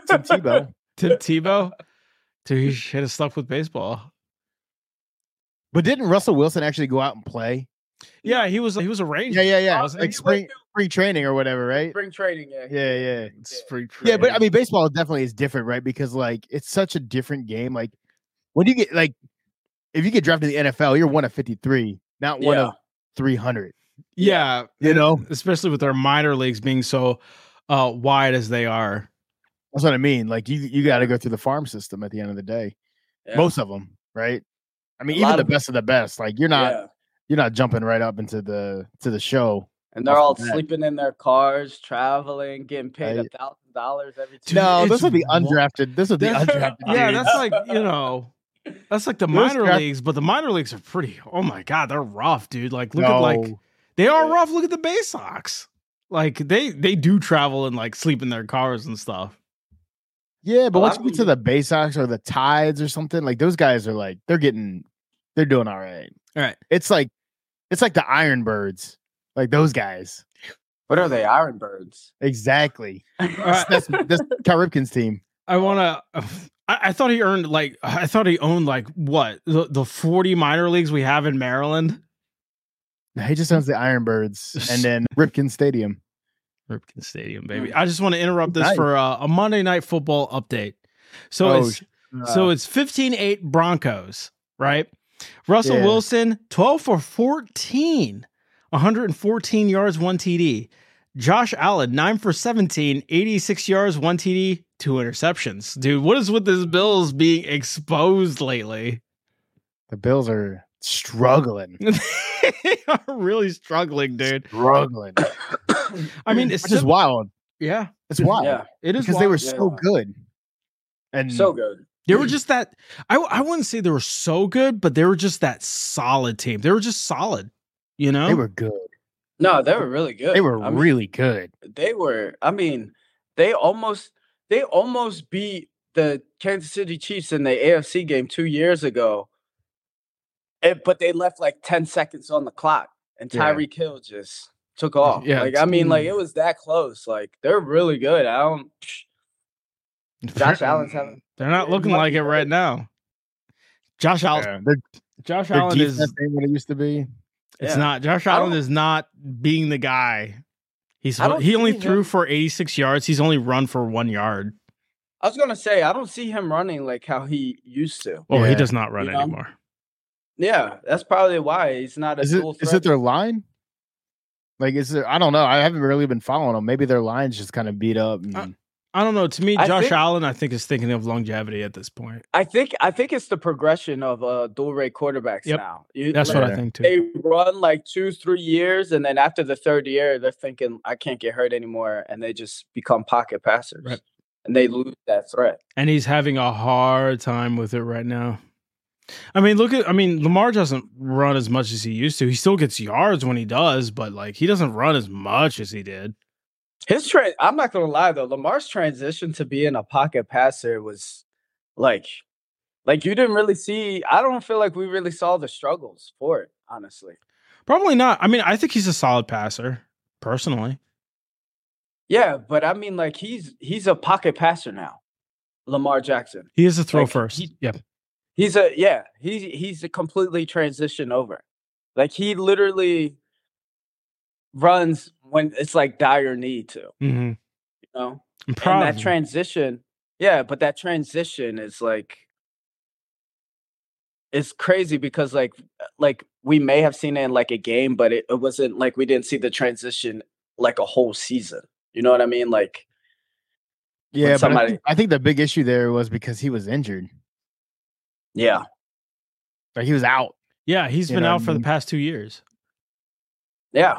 Speaker 2: Tebow.
Speaker 1: Tim Tebow. Dude, he should have stuck with baseball.
Speaker 2: But didn't Russell Wilson actually go out and play?
Speaker 1: Yeah, he was. He was a ranger.
Speaker 2: Yeah, yeah, yeah.
Speaker 1: Wasn't
Speaker 2: Like
Speaker 1: he?
Speaker 2: spring spring training or whatever, right?
Speaker 3: spring training. Yeah,
Speaker 2: Yeah, yeah.
Speaker 1: It's free
Speaker 2: Yeah, but I
Speaker 1: trade.
Speaker 2: mean, baseball definitely is different, right? Because like it's such a different game. Like when you get like, if you get drafted in the NFL, you're one of fifty three, not one
Speaker 3: Yeah.
Speaker 2: of three hundred.
Speaker 1: yeah,
Speaker 2: You know,
Speaker 1: especially with their minor leagues being so uh, wide as they are.
Speaker 2: that's what I mean. Like you, you got to go through the farm system at the end of the day.
Speaker 3: Yeah.
Speaker 2: Most of them, right? I mean,
Speaker 3: A
Speaker 2: even
Speaker 3: lot
Speaker 2: the
Speaker 3: of-
Speaker 2: best of the best. Like you're not,
Speaker 3: Yeah.
Speaker 2: you're not jumping right up into the to the show.
Speaker 3: And they're
Speaker 2: off
Speaker 3: all
Speaker 2: the bat.
Speaker 3: sleeping in their cars, traveling, getting paid a
Speaker 2: Right.
Speaker 3: thousand dollars every two.
Speaker 2: No,
Speaker 1: Dude,
Speaker 2: this
Speaker 1: it's
Speaker 2: would be
Speaker 1: wa-
Speaker 2: undrafted. This would be
Speaker 1: That's-
Speaker 2: undrafted.
Speaker 1: Yeah,
Speaker 2: dudes.
Speaker 1: that's like you know, that's like the
Speaker 2: Those
Speaker 1: minor
Speaker 2: draft-
Speaker 1: leagues, but the minor leagues are pretty. Oh my god, they're rough, dude. Like look at like
Speaker 2: No.
Speaker 1: they are
Speaker 3: Yeah.
Speaker 1: rough. Look at the Bay Sox. Like they they do travel and like sleep in their cars and stuff.
Speaker 2: Yeah, but
Speaker 3: A lot
Speaker 2: once
Speaker 3: of
Speaker 2: you get to
Speaker 3: them
Speaker 2: the Bay Sox or the Tides or something, like those guys are like they're getting they're doing all right.
Speaker 1: All right.
Speaker 2: It's like it's like the Iron Birds, like those guys.
Speaker 3: What are they? Iron birds.
Speaker 2: Exactly.
Speaker 1: right.
Speaker 2: That's that's Cal Ripken's team.
Speaker 1: I want to. I, I thought he earned like I thought he owned like what the, the forty minor leagues we have in Maryland.
Speaker 2: No, He just owns the Iron Birds and then Ripken Stadium.
Speaker 1: Ripken Stadium, baby. I just want to interrupt this
Speaker 2: Nice.
Speaker 1: for uh, a Monday Night Football update. So
Speaker 2: Oh,
Speaker 1: it's so it's 15-8 Broncos, right? Russell
Speaker 2: Yeah.
Speaker 1: Wilson, 12 for 14 114 yards, one TD. Josh Allen, 9 for 17, 86 yards, 1 TD, 2 interceptions. Dude, what is with this Bills being exposed lately?
Speaker 2: The Bills are struggling.
Speaker 1: they are really struggling, dude.
Speaker 2: Struggling.
Speaker 1: I mean, it's
Speaker 2: It's just
Speaker 1: just
Speaker 2: wild.
Speaker 1: yeah,
Speaker 2: It's wild.
Speaker 3: Yeah,
Speaker 1: it is
Speaker 2: Because they were
Speaker 1: wild.
Speaker 3: yeah.
Speaker 2: so good. And
Speaker 3: so good.
Speaker 1: they were just that I I wouldn't say they were so good, but they were just that solid team. They were just solid, you know?
Speaker 2: they were good.
Speaker 3: No, they were really good.
Speaker 2: They were
Speaker 3: I mean,
Speaker 2: really good.
Speaker 3: They were. I mean, they almost they almost beat the Kansas City Chiefs in the AFC game two years ago. And- but they left like ten seconds on the clock, and
Speaker 2: Yeah.
Speaker 3: Tyreek Hill just took off.
Speaker 1: Yeah,
Speaker 3: like I mean, like
Speaker 1: mm.
Speaker 3: it was that close. Like they're really good. I don't. Josh
Speaker 1: mm,
Speaker 3: Allen's having-
Speaker 1: They're not looking like it right now. Josh Allen
Speaker 2: Yeah, their
Speaker 1: Josh
Speaker 2: their
Speaker 1: Allen
Speaker 2: defense
Speaker 1: is
Speaker 2: ain't what it used to be.
Speaker 1: It's
Speaker 3: Yeah.
Speaker 1: not. Josh
Speaker 3: I
Speaker 1: Allen
Speaker 3: don't-
Speaker 1: is not being the guy. He's
Speaker 3: I don't
Speaker 1: he only
Speaker 3: see
Speaker 1: threw
Speaker 3: him-
Speaker 1: for 86 yards. He's only run for one yard.
Speaker 3: I was gonna say I don't see him running like how he used to.
Speaker 1: Oh, he
Speaker 2: Yeah.
Speaker 1: does not run
Speaker 3: You know?
Speaker 1: anymore.
Speaker 3: Yeah, that's probably why he's not a
Speaker 2: Is it
Speaker 3: dual
Speaker 2: is
Speaker 3: threat.
Speaker 2: it their line? Like is it? I don't know. I haven't really been following them. Maybe their line's just kind of beat up. And,
Speaker 1: Uh, I don't know. To me,
Speaker 3: I
Speaker 1: Josh
Speaker 3: think-
Speaker 1: Allen, I think, is thinking of longevity at this point.
Speaker 3: I think I think it's the progression of uh, dual rate quarterbacks
Speaker 1: Yep.
Speaker 3: now. You-
Speaker 1: That's what I
Speaker 2: Yeah.
Speaker 1: think too.
Speaker 3: they run like two, three years, and then after the third year, they're thinking, "I can't get hurt anymore," and they just become pocket passers,
Speaker 1: Right.
Speaker 3: and they lose that threat.
Speaker 1: And he's having a hard time with it right now. I mean, look at. I mean, Lamar doesn't run as much as he used to. He still gets yards when he does, but like he doesn't run as much as he did.
Speaker 3: His trend, I'm not gonna lie though, Lamar's transition to being a pocket passer was like, like you didn't really see. I don't feel like we really saw the struggles for it, honestly.
Speaker 1: Probably not. I mean, I think he's a solid passer personally.
Speaker 3: Yeah, but I mean, like he's he's a pocket passer now, Lamar Jackson.
Speaker 1: He is a throw
Speaker 3: Like,
Speaker 1: first.
Speaker 3: he-
Speaker 1: yeah,
Speaker 3: He's a yeah. He's he's a completely transition over. Like he literally runs when it's like dire need to.
Speaker 1: mm-hmm.
Speaker 3: You know,
Speaker 1: I'm proud.
Speaker 3: and
Speaker 1: of
Speaker 3: that
Speaker 1: him.
Speaker 3: transition. Yeah, but that transition is like it's crazy because like uh, like we may have seen it in like a game, but it, it wasn't like we didn't see the transition like a whole season. You know what I mean? Like
Speaker 2: yeah, but I
Speaker 3: somebody-
Speaker 2: think, I think the big issue there was because he was injured.
Speaker 3: yeah,
Speaker 2: Like he was out.
Speaker 1: Yeah, he's
Speaker 2: You
Speaker 1: been
Speaker 2: know what
Speaker 1: out
Speaker 2: I
Speaker 1: for the
Speaker 2: mean?
Speaker 1: past two years.
Speaker 3: yeah.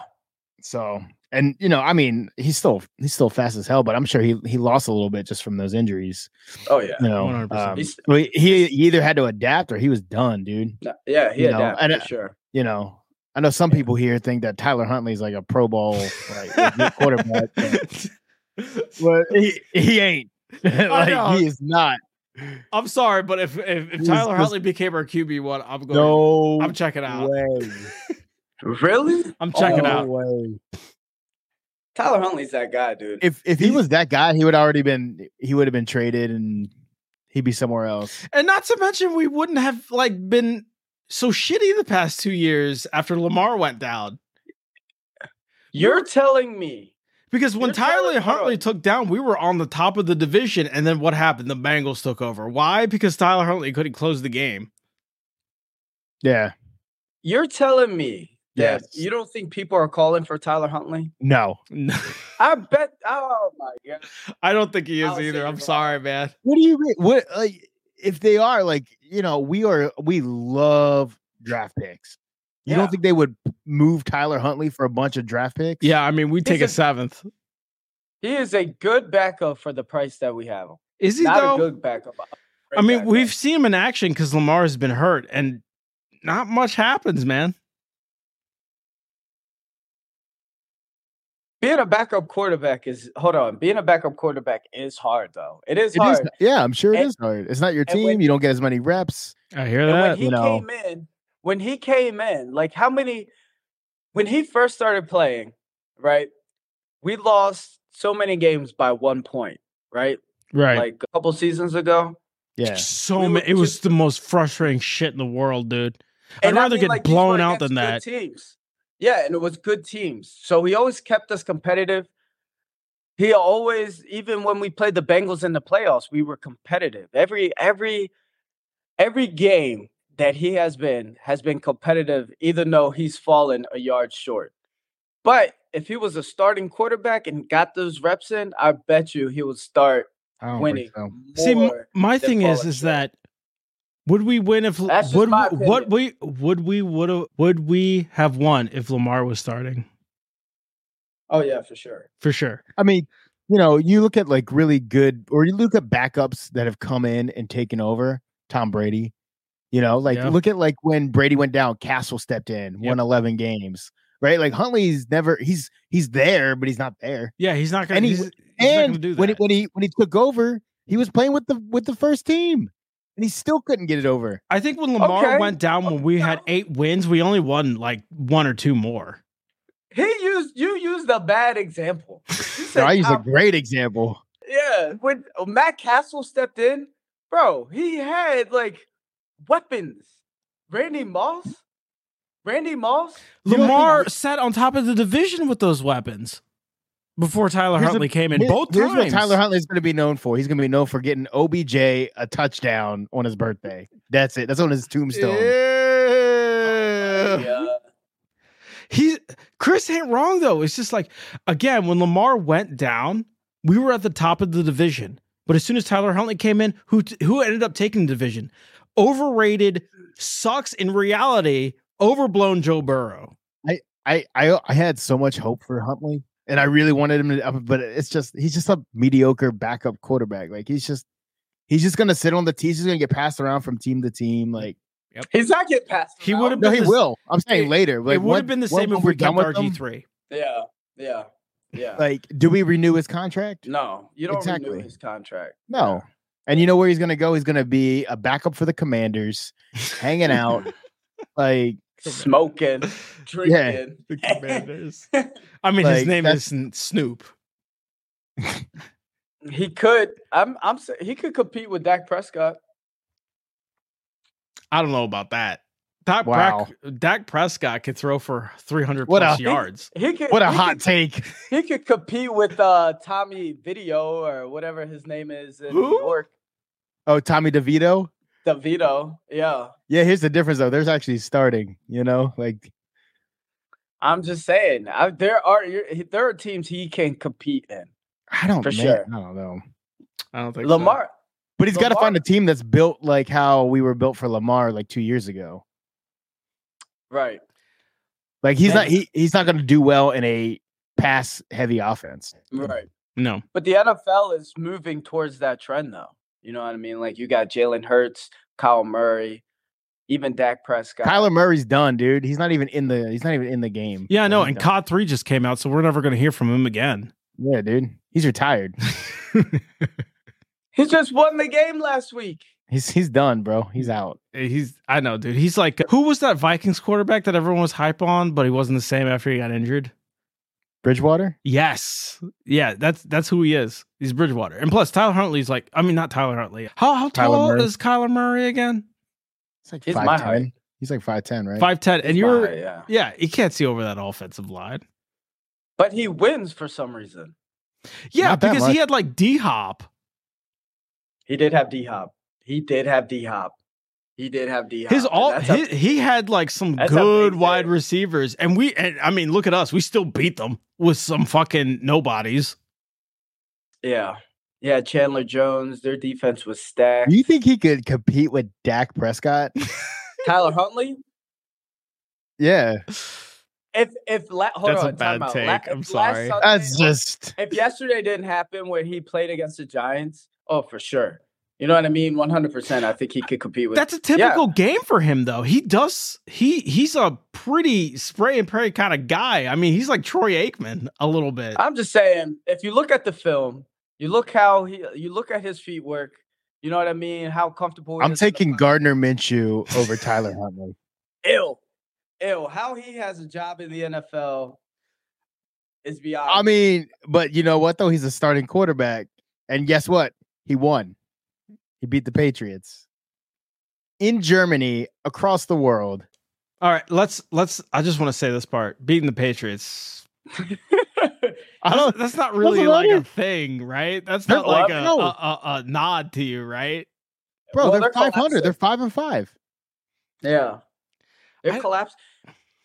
Speaker 2: So and you know, I mean, he's still he's still fast as hell, but I'm sure he he lost a little bit just from those injuries.
Speaker 3: Oh yeah.
Speaker 2: You know,
Speaker 1: 100%.
Speaker 2: um,
Speaker 3: He's-
Speaker 2: well, he, he either had to adapt or he was done, dude.
Speaker 3: No, yeah, he
Speaker 2: You know,
Speaker 3: adapted
Speaker 2: and,
Speaker 3: for
Speaker 2: uh,
Speaker 3: sure.
Speaker 2: You know, I know some people here think that Tyler Huntley is like a Pro Bowl like, legit quarterback. but- Well, he, he ain't.
Speaker 1: know.
Speaker 2: like he is not.
Speaker 1: I'm sorry, but if if, if
Speaker 2: He's
Speaker 1: Tyler
Speaker 2: just-
Speaker 1: Huntley became our QB one, I'm going.
Speaker 2: No
Speaker 1: I'm checking out.
Speaker 2: way. Oh,
Speaker 3: Really?
Speaker 1: I'm checking
Speaker 2: no
Speaker 1: out.
Speaker 2: Way.
Speaker 3: Tyler Huntley's that guy, dude.
Speaker 2: If if he was that guy, he would already been he would have been traded and he'd be somewhere else.
Speaker 1: And not to mention, we wouldn't have like been so shitty the past two years after Lamar went down.
Speaker 3: You're telling me.
Speaker 1: Because when
Speaker 3: You're telling-
Speaker 1: Tyler
Speaker 3: hold
Speaker 1: Huntley
Speaker 3: on.
Speaker 1: took down, we were on the top of the division, and then what happened? The Bengals took over. Why? Because Tyler Huntley couldn't close the game.
Speaker 2: Yeah.
Speaker 3: You're telling me that
Speaker 2: Yes.
Speaker 3: you don't think people are calling for Tyler Huntley?
Speaker 2: No.
Speaker 3: I bet. Oh my god.
Speaker 1: I don't think he
Speaker 3: I
Speaker 1: is
Speaker 3: would say
Speaker 1: either.
Speaker 3: you're
Speaker 1: I'm
Speaker 3: wrong.
Speaker 1: sorry, man.
Speaker 2: What do you mean? What like if they are like you know we are we love draft picks. You
Speaker 3: Yeah.
Speaker 2: don't think they would move Tyler Huntley for a bunch of draft picks?
Speaker 1: Yeah, I mean, we take a
Speaker 3: a-
Speaker 1: seventh.
Speaker 3: He is a good backup for the price that we have him.
Speaker 1: Is he
Speaker 3: Not
Speaker 1: though?
Speaker 3: a good backup. a
Speaker 1: I
Speaker 3: great
Speaker 1: mean,
Speaker 3: backup.
Speaker 1: we've seen him in action because Lamar has been hurt, and not much happens, man.
Speaker 3: being a backup quarterback is hold on. Being a backup quarterback is hard though. It is
Speaker 2: It
Speaker 3: hard.
Speaker 2: is- yeah, I'm sure it
Speaker 3: And-
Speaker 2: is hard. It's not your
Speaker 3: and
Speaker 2: team.
Speaker 3: when-
Speaker 2: you don't get as many reps.
Speaker 1: I hear
Speaker 3: And when he
Speaker 2: you know.
Speaker 3: came in, when he came in, like how many when he first started playing, right? We lost so many games by one point, right?
Speaker 1: right?
Speaker 3: Like a couple seasons ago.
Speaker 2: Yeah.
Speaker 1: so
Speaker 3: We were
Speaker 1: many. It was
Speaker 3: just-
Speaker 1: the most fructing shit in the world, dude. I'd
Speaker 3: I
Speaker 1: rather
Speaker 3: mean,
Speaker 1: get
Speaker 3: these were
Speaker 1: blown out than that.
Speaker 3: against good Teams. Yeah, and it was good teams. So he always kept us competitive. He always, even when we played the Bengals in the playoffs, we were competitive. Every every every game that he has been has been competitive, even though he's fallen a yard short. But if he was a starting quarterback and got those reps in, I bet you he would start
Speaker 2: I don't think
Speaker 3: winning.
Speaker 2: so.
Speaker 1: Oh, See, m-
Speaker 3: more.
Speaker 1: my
Speaker 3: than
Speaker 1: thing is,
Speaker 3: Pollard
Speaker 1: is
Speaker 3: should.
Speaker 1: that would we win if
Speaker 3: That's just
Speaker 1: would
Speaker 3: my
Speaker 1: we- what we would we would would we have won if Lamar was starting
Speaker 3: Oh yeah, for sure.
Speaker 1: for sure?
Speaker 2: I mean, you know, you look at like really good, or you look at backups that have come in and taken over. Tom Brady, you know, like
Speaker 1: Yeah.
Speaker 2: look at like when Brady went down, Castle stepped in,
Speaker 1: Yep.
Speaker 2: won eleven games, right? Like Huntley's never he's he's there, but he's not there.
Speaker 1: Yeah, he's not going.
Speaker 2: And he-
Speaker 1: He's, he's not gonna
Speaker 2: And
Speaker 1: do that.
Speaker 2: when he, when he when he took over, he was playing with the with the first team, and he still couldn't get it over.
Speaker 1: I think when Lamar
Speaker 3: Okay.
Speaker 1: went down, when we had eight wins, we only won like one or two more.
Speaker 3: He used you used a bad example. You
Speaker 2: So
Speaker 3: said
Speaker 2: I use a
Speaker 3: Tom-
Speaker 2: great example.
Speaker 3: yeah, when uh, Matt Castle stepped in, bro, he had like weapons. Randy Moss, Randy Moss.
Speaker 2: You don't think-
Speaker 1: Lamar sat on top of the division with those weapons before Tyler
Speaker 2: Here's
Speaker 1: Huntley came in.
Speaker 2: Here-
Speaker 1: both
Speaker 2: here's
Speaker 1: times,
Speaker 2: what Tyler Huntley's going to be known for. He's going to be known for getting OBJ a touchdown on his birthday. That's it. That's on his tombstone. Uh,
Speaker 1: Yeah.
Speaker 3: Yeah,
Speaker 1: He Chris ain't wrong though. It's just like again when Lamar went down, we were at the top of the division. But as soon as Tyler Huntley came in, who t- who ended up taking the division? Overrated, sucks in reality, overblown Joe Burrow.
Speaker 2: I, I I had so much hope for Huntley, and I really wanted him to. But it's just he's just a mediocre backup quarterback. Like he's just he's just going to sit on the. T- he's just going to get passed around from team to team. Like
Speaker 3: he's not getting past.
Speaker 1: He
Speaker 3: him out.
Speaker 1: would've
Speaker 2: no, he
Speaker 1: This-
Speaker 2: will. I'm saying
Speaker 1: it-
Speaker 2: later. Like,
Speaker 1: it would have
Speaker 2: when-
Speaker 1: been the
Speaker 2: when-
Speaker 1: same
Speaker 2: when
Speaker 1: if
Speaker 2: we're
Speaker 1: we
Speaker 2: done
Speaker 1: kept
Speaker 2: with him,
Speaker 1: RG three.
Speaker 3: Yeah, yeah, yeah.
Speaker 2: Like, do we renew his contract?
Speaker 3: no, you don't
Speaker 2: exactly.
Speaker 3: renew his contract.
Speaker 2: No. And you know where he's going to go? He's going to be a backup for the Commanders, hanging out. like
Speaker 3: Smoking, drinking.
Speaker 1: The Commanders. I mean, his
Speaker 2: Like,
Speaker 1: name
Speaker 2: that's-
Speaker 1: is N- Snoop.
Speaker 3: He could. I'm. I'm. sa- He could compete with Dak Prescott.
Speaker 1: I don't know about that. Dak,
Speaker 2: Wow.
Speaker 1: Prec- Dak Prescott could throw for three hundred
Speaker 2: What
Speaker 1: plus
Speaker 2: a-
Speaker 1: yards.
Speaker 3: He could.
Speaker 2: what a
Speaker 3: he
Speaker 2: hot
Speaker 3: Could,
Speaker 2: take.
Speaker 3: he could compete with uh, Tommy Video or whatever his name is in
Speaker 1: Who?
Speaker 3: New York.
Speaker 2: Oh, Tommy DeVito.
Speaker 3: DeVito. Yeah.
Speaker 2: Yeah, here's the difference though. There's actually starting, you know, like
Speaker 3: I'm just saying. I, there are you're- there are teams he can compete in.
Speaker 2: I don't
Speaker 3: For
Speaker 2: know.
Speaker 3: sure.
Speaker 2: I don't know.
Speaker 1: I don't think so.
Speaker 3: Lamar.
Speaker 2: But he's got to
Speaker 3: Lamar-
Speaker 2: find a team that's built like how we were built for Lamar like 2 years ago.
Speaker 3: Right.
Speaker 2: Like he's not
Speaker 3: Man.
Speaker 2: he, he's not going to do well in a pass heavy offense.
Speaker 3: Right.
Speaker 1: No.
Speaker 3: But the NFL is moving towards that trend, though. You know what I mean? Like you got Jalen Hurts, Kyle Murray, even Dak Prescott.
Speaker 2: Kyler Murray's done, dude. He's not even in the he's not even in the game.
Speaker 1: Yeah, I
Speaker 2: Like,
Speaker 1: know.
Speaker 2: he's
Speaker 1: And
Speaker 2: done.
Speaker 1: COD three just came out, so we're never going to hear from him again.
Speaker 2: Yeah, dude. He's retired.
Speaker 3: he just won the game last week.
Speaker 2: He's he's done, bro. He's out.
Speaker 1: He's, I know, dude. He's like, uh, who was that Vikings quarterback that everyone was hype on, but he wasn't the same after he got injured?
Speaker 2: Bridgewater?
Speaker 1: Yes, yeah, that's that's who he is. He's Bridgewater, and plus Tyler Huntley's like, I mean, not Tyler Huntley. How how
Speaker 2: Kyler
Speaker 1: tall
Speaker 2: Murray.
Speaker 1: is Kyler Murray again?
Speaker 2: It's like
Speaker 3: He's my height.
Speaker 2: 5'10". He's like 5'10", right?
Speaker 1: Five ten, and
Speaker 3: He's
Speaker 1: you're,
Speaker 3: behind, yeah.
Speaker 1: yeah, you can't see over that offensive line.
Speaker 3: But he wins for some reason.
Speaker 1: Yeah,
Speaker 2: Not that
Speaker 1: because he
Speaker 2: much.
Speaker 1: had like D Hop.
Speaker 3: He did have D Hop. He did have D Hop. He did have D Hop.
Speaker 1: His all he, he had like some
Speaker 3: That's a big
Speaker 1: good wide
Speaker 3: deal.
Speaker 1: receivers, and we and I mean, look at us, we still beat them with some fucking nobodies.
Speaker 3: yeah. Yeah, Chandler Jones, their defense was stacked.
Speaker 2: Do you think he could compete with Dak Prescott?
Speaker 3: Tyler Huntley,
Speaker 2: Yeah.
Speaker 3: if if la- hold
Speaker 1: That's a
Speaker 3: on, time
Speaker 1: bad
Speaker 3: out.
Speaker 1: take,
Speaker 3: La-
Speaker 1: I'm
Speaker 3: if last
Speaker 1: sorry.
Speaker 3: Sunday-
Speaker 2: That's just
Speaker 3: if yesterday didn't happen where he played against the Giants, oh for sure. You know what I mean? One hundred percent. I think he could compete with.
Speaker 1: That's a typical game for him, though. He does he he's a pretty spray and pray kind of guy. I mean, he's like Troy Aikman a little bit.
Speaker 3: I'm just saying, if you look at the film, you look how he, you look at his feet work. You know what I mean? How comfortable. he
Speaker 2: I'm
Speaker 3: is in the
Speaker 2: taking
Speaker 3: pocket.
Speaker 2: Gardner Minshew over Tyler Huntley.
Speaker 3: Ew, ew. How he has a job in the NFL is beyond.
Speaker 2: I mean, but you know what though? He's a starting quarterback. And guess what? He won. He beat the Patriots. In Germany, across the world.
Speaker 1: All right, let's let's. I just want to say this part: beating the Patriots.
Speaker 2: I
Speaker 1: That's,
Speaker 2: don't
Speaker 1: that's not really
Speaker 2: about
Speaker 1: like a uh,
Speaker 2: it.
Speaker 1: thing, right? That's
Speaker 2: No,
Speaker 1: not like a,
Speaker 2: I know.
Speaker 1: a, a a nod to you, right?
Speaker 2: bro,
Speaker 3: Well,
Speaker 2: they're,
Speaker 3: they're
Speaker 2: five hundred.
Speaker 3: collapsing.
Speaker 2: They're five and five.
Speaker 3: yeah,
Speaker 1: I-
Speaker 3: they're collapsed.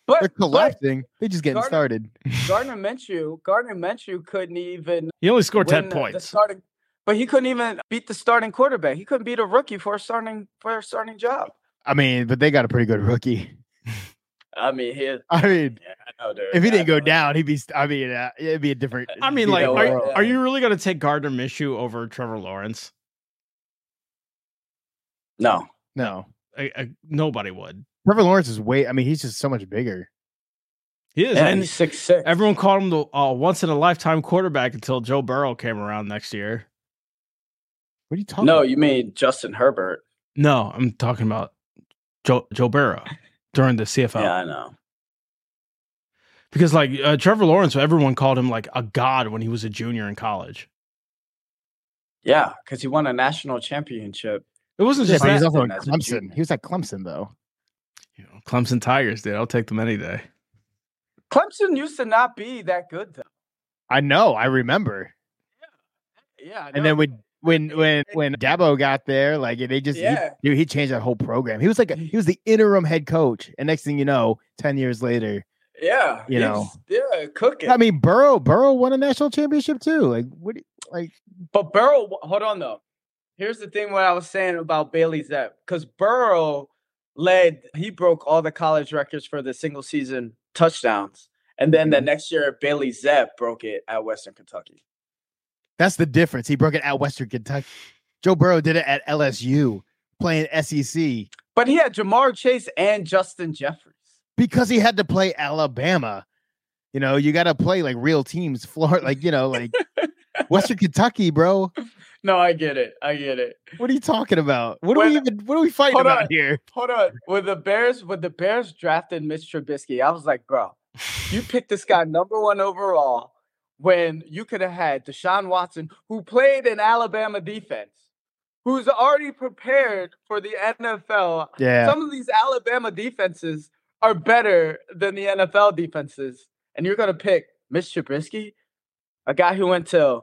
Speaker 3: But
Speaker 2: They're
Speaker 3: but
Speaker 2: collecting. They just getting
Speaker 3: Gardner-
Speaker 2: started.
Speaker 3: Gardner Minshew, Gardner Minshew couldn't even
Speaker 1: He only scored
Speaker 3: win
Speaker 1: ten
Speaker 3: the- The
Speaker 1: points.
Speaker 3: starting, but he couldn't even beat the starting quarterback. He couldn't beat a rookie for a starting for a starting job.
Speaker 2: I mean, but they got a pretty good rookie.
Speaker 3: I mean, he, yeah,
Speaker 2: I mean,
Speaker 3: I know, dude.
Speaker 2: if he
Speaker 3: I
Speaker 2: didn't go
Speaker 3: know.
Speaker 2: down, he'd be. st- I mean, uh, it'd be a different.
Speaker 1: I mean,
Speaker 2: different
Speaker 1: like,
Speaker 3: know,
Speaker 1: are,
Speaker 2: world.
Speaker 1: are you really going to take Gardner Minshew over Trevor Lawrence?
Speaker 3: no,
Speaker 2: no,
Speaker 1: I, I, nobody would.
Speaker 2: Trevor Lawrence is way. I mean, he's just so much bigger.
Speaker 1: He is,
Speaker 3: yeah,
Speaker 1: and
Speaker 3: he's six six.
Speaker 1: everyone called him the uh, once in a lifetime quarterback until Joe Burrow came around next year.
Speaker 2: What are you talking?
Speaker 3: no,
Speaker 2: about?
Speaker 3: you mean Justin Herbert?
Speaker 1: No, I'm talking about Joe Joe Burrow during the
Speaker 2: Oh.
Speaker 1: CFL
Speaker 3: Yeah, I know.
Speaker 1: because like uh, Trevor Lawrence, everyone called him like a god when he was a junior in college.
Speaker 3: Yeah, because he won a national championship.
Speaker 1: It wasn't
Speaker 2: Yeah,
Speaker 1: just
Speaker 2: but he's
Speaker 1: that.
Speaker 2: also in
Speaker 3: as a
Speaker 2: Clemson.
Speaker 3: junior.
Speaker 2: He was at Clemson though.
Speaker 1: You know, Clemson Tigers, dude. I'll take them any day.
Speaker 3: Clemson used to not be that good though.
Speaker 2: I know. I remember.
Speaker 3: Yeah, I
Speaker 2: And
Speaker 3: know.
Speaker 2: then when when when when Dabo got there, like they just he-
Speaker 3: Yeah.
Speaker 2: dude, he changed that whole program. He was like a, he was the interim head coach, and next thing you know, ten years later,
Speaker 3: yeah,
Speaker 2: you
Speaker 3: he's-
Speaker 2: know.
Speaker 3: yeah, cooking.
Speaker 2: I mean, Burrow Burrow won a national championship too. Like what? do you- Like
Speaker 3: But Burrow, hold on though. Here's the thing: what I was saying about Bailey Zepp, because Burrow led, he broke all the college records for the single season touchdowns, and then the next year Bailey Zepp broke it at Western Kentucky.
Speaker 2: that's the difference. He broke it at Western Kentucky. Joe Burrow did it at LSU, playing E SEC
Speaker 3: But he had Jamar Chase and Justin Jeffries.
Speaker 2: because he had to play Alabama. You know, you got to play like real teams. Florida, like you know, like Western Kentucky, bro.
Speaker 3: No, I get it. I get it.
Speaker 2: What are you talking about? What are we
Speaker 3: When-
Speaker 2: even? What are we fighting
Speaker 3: Hold
Speaker 2: about
Speaker 3: on.
Speaker 2: here?
Speaker 3: Hold on. When the Bears, when the Bears drafted Mitch Trubisky, I was like, bro, you picked this guy number one overall when you could have had Deshaun Watson, who played in Alabama defense, who's already prepared for the NFL.
Speaker 2: Yeah,
Speaker 3: Some of these Alabama defenses are better than the NFL defenses, and you're gonna pick Mitch Trubisky, a guy who went to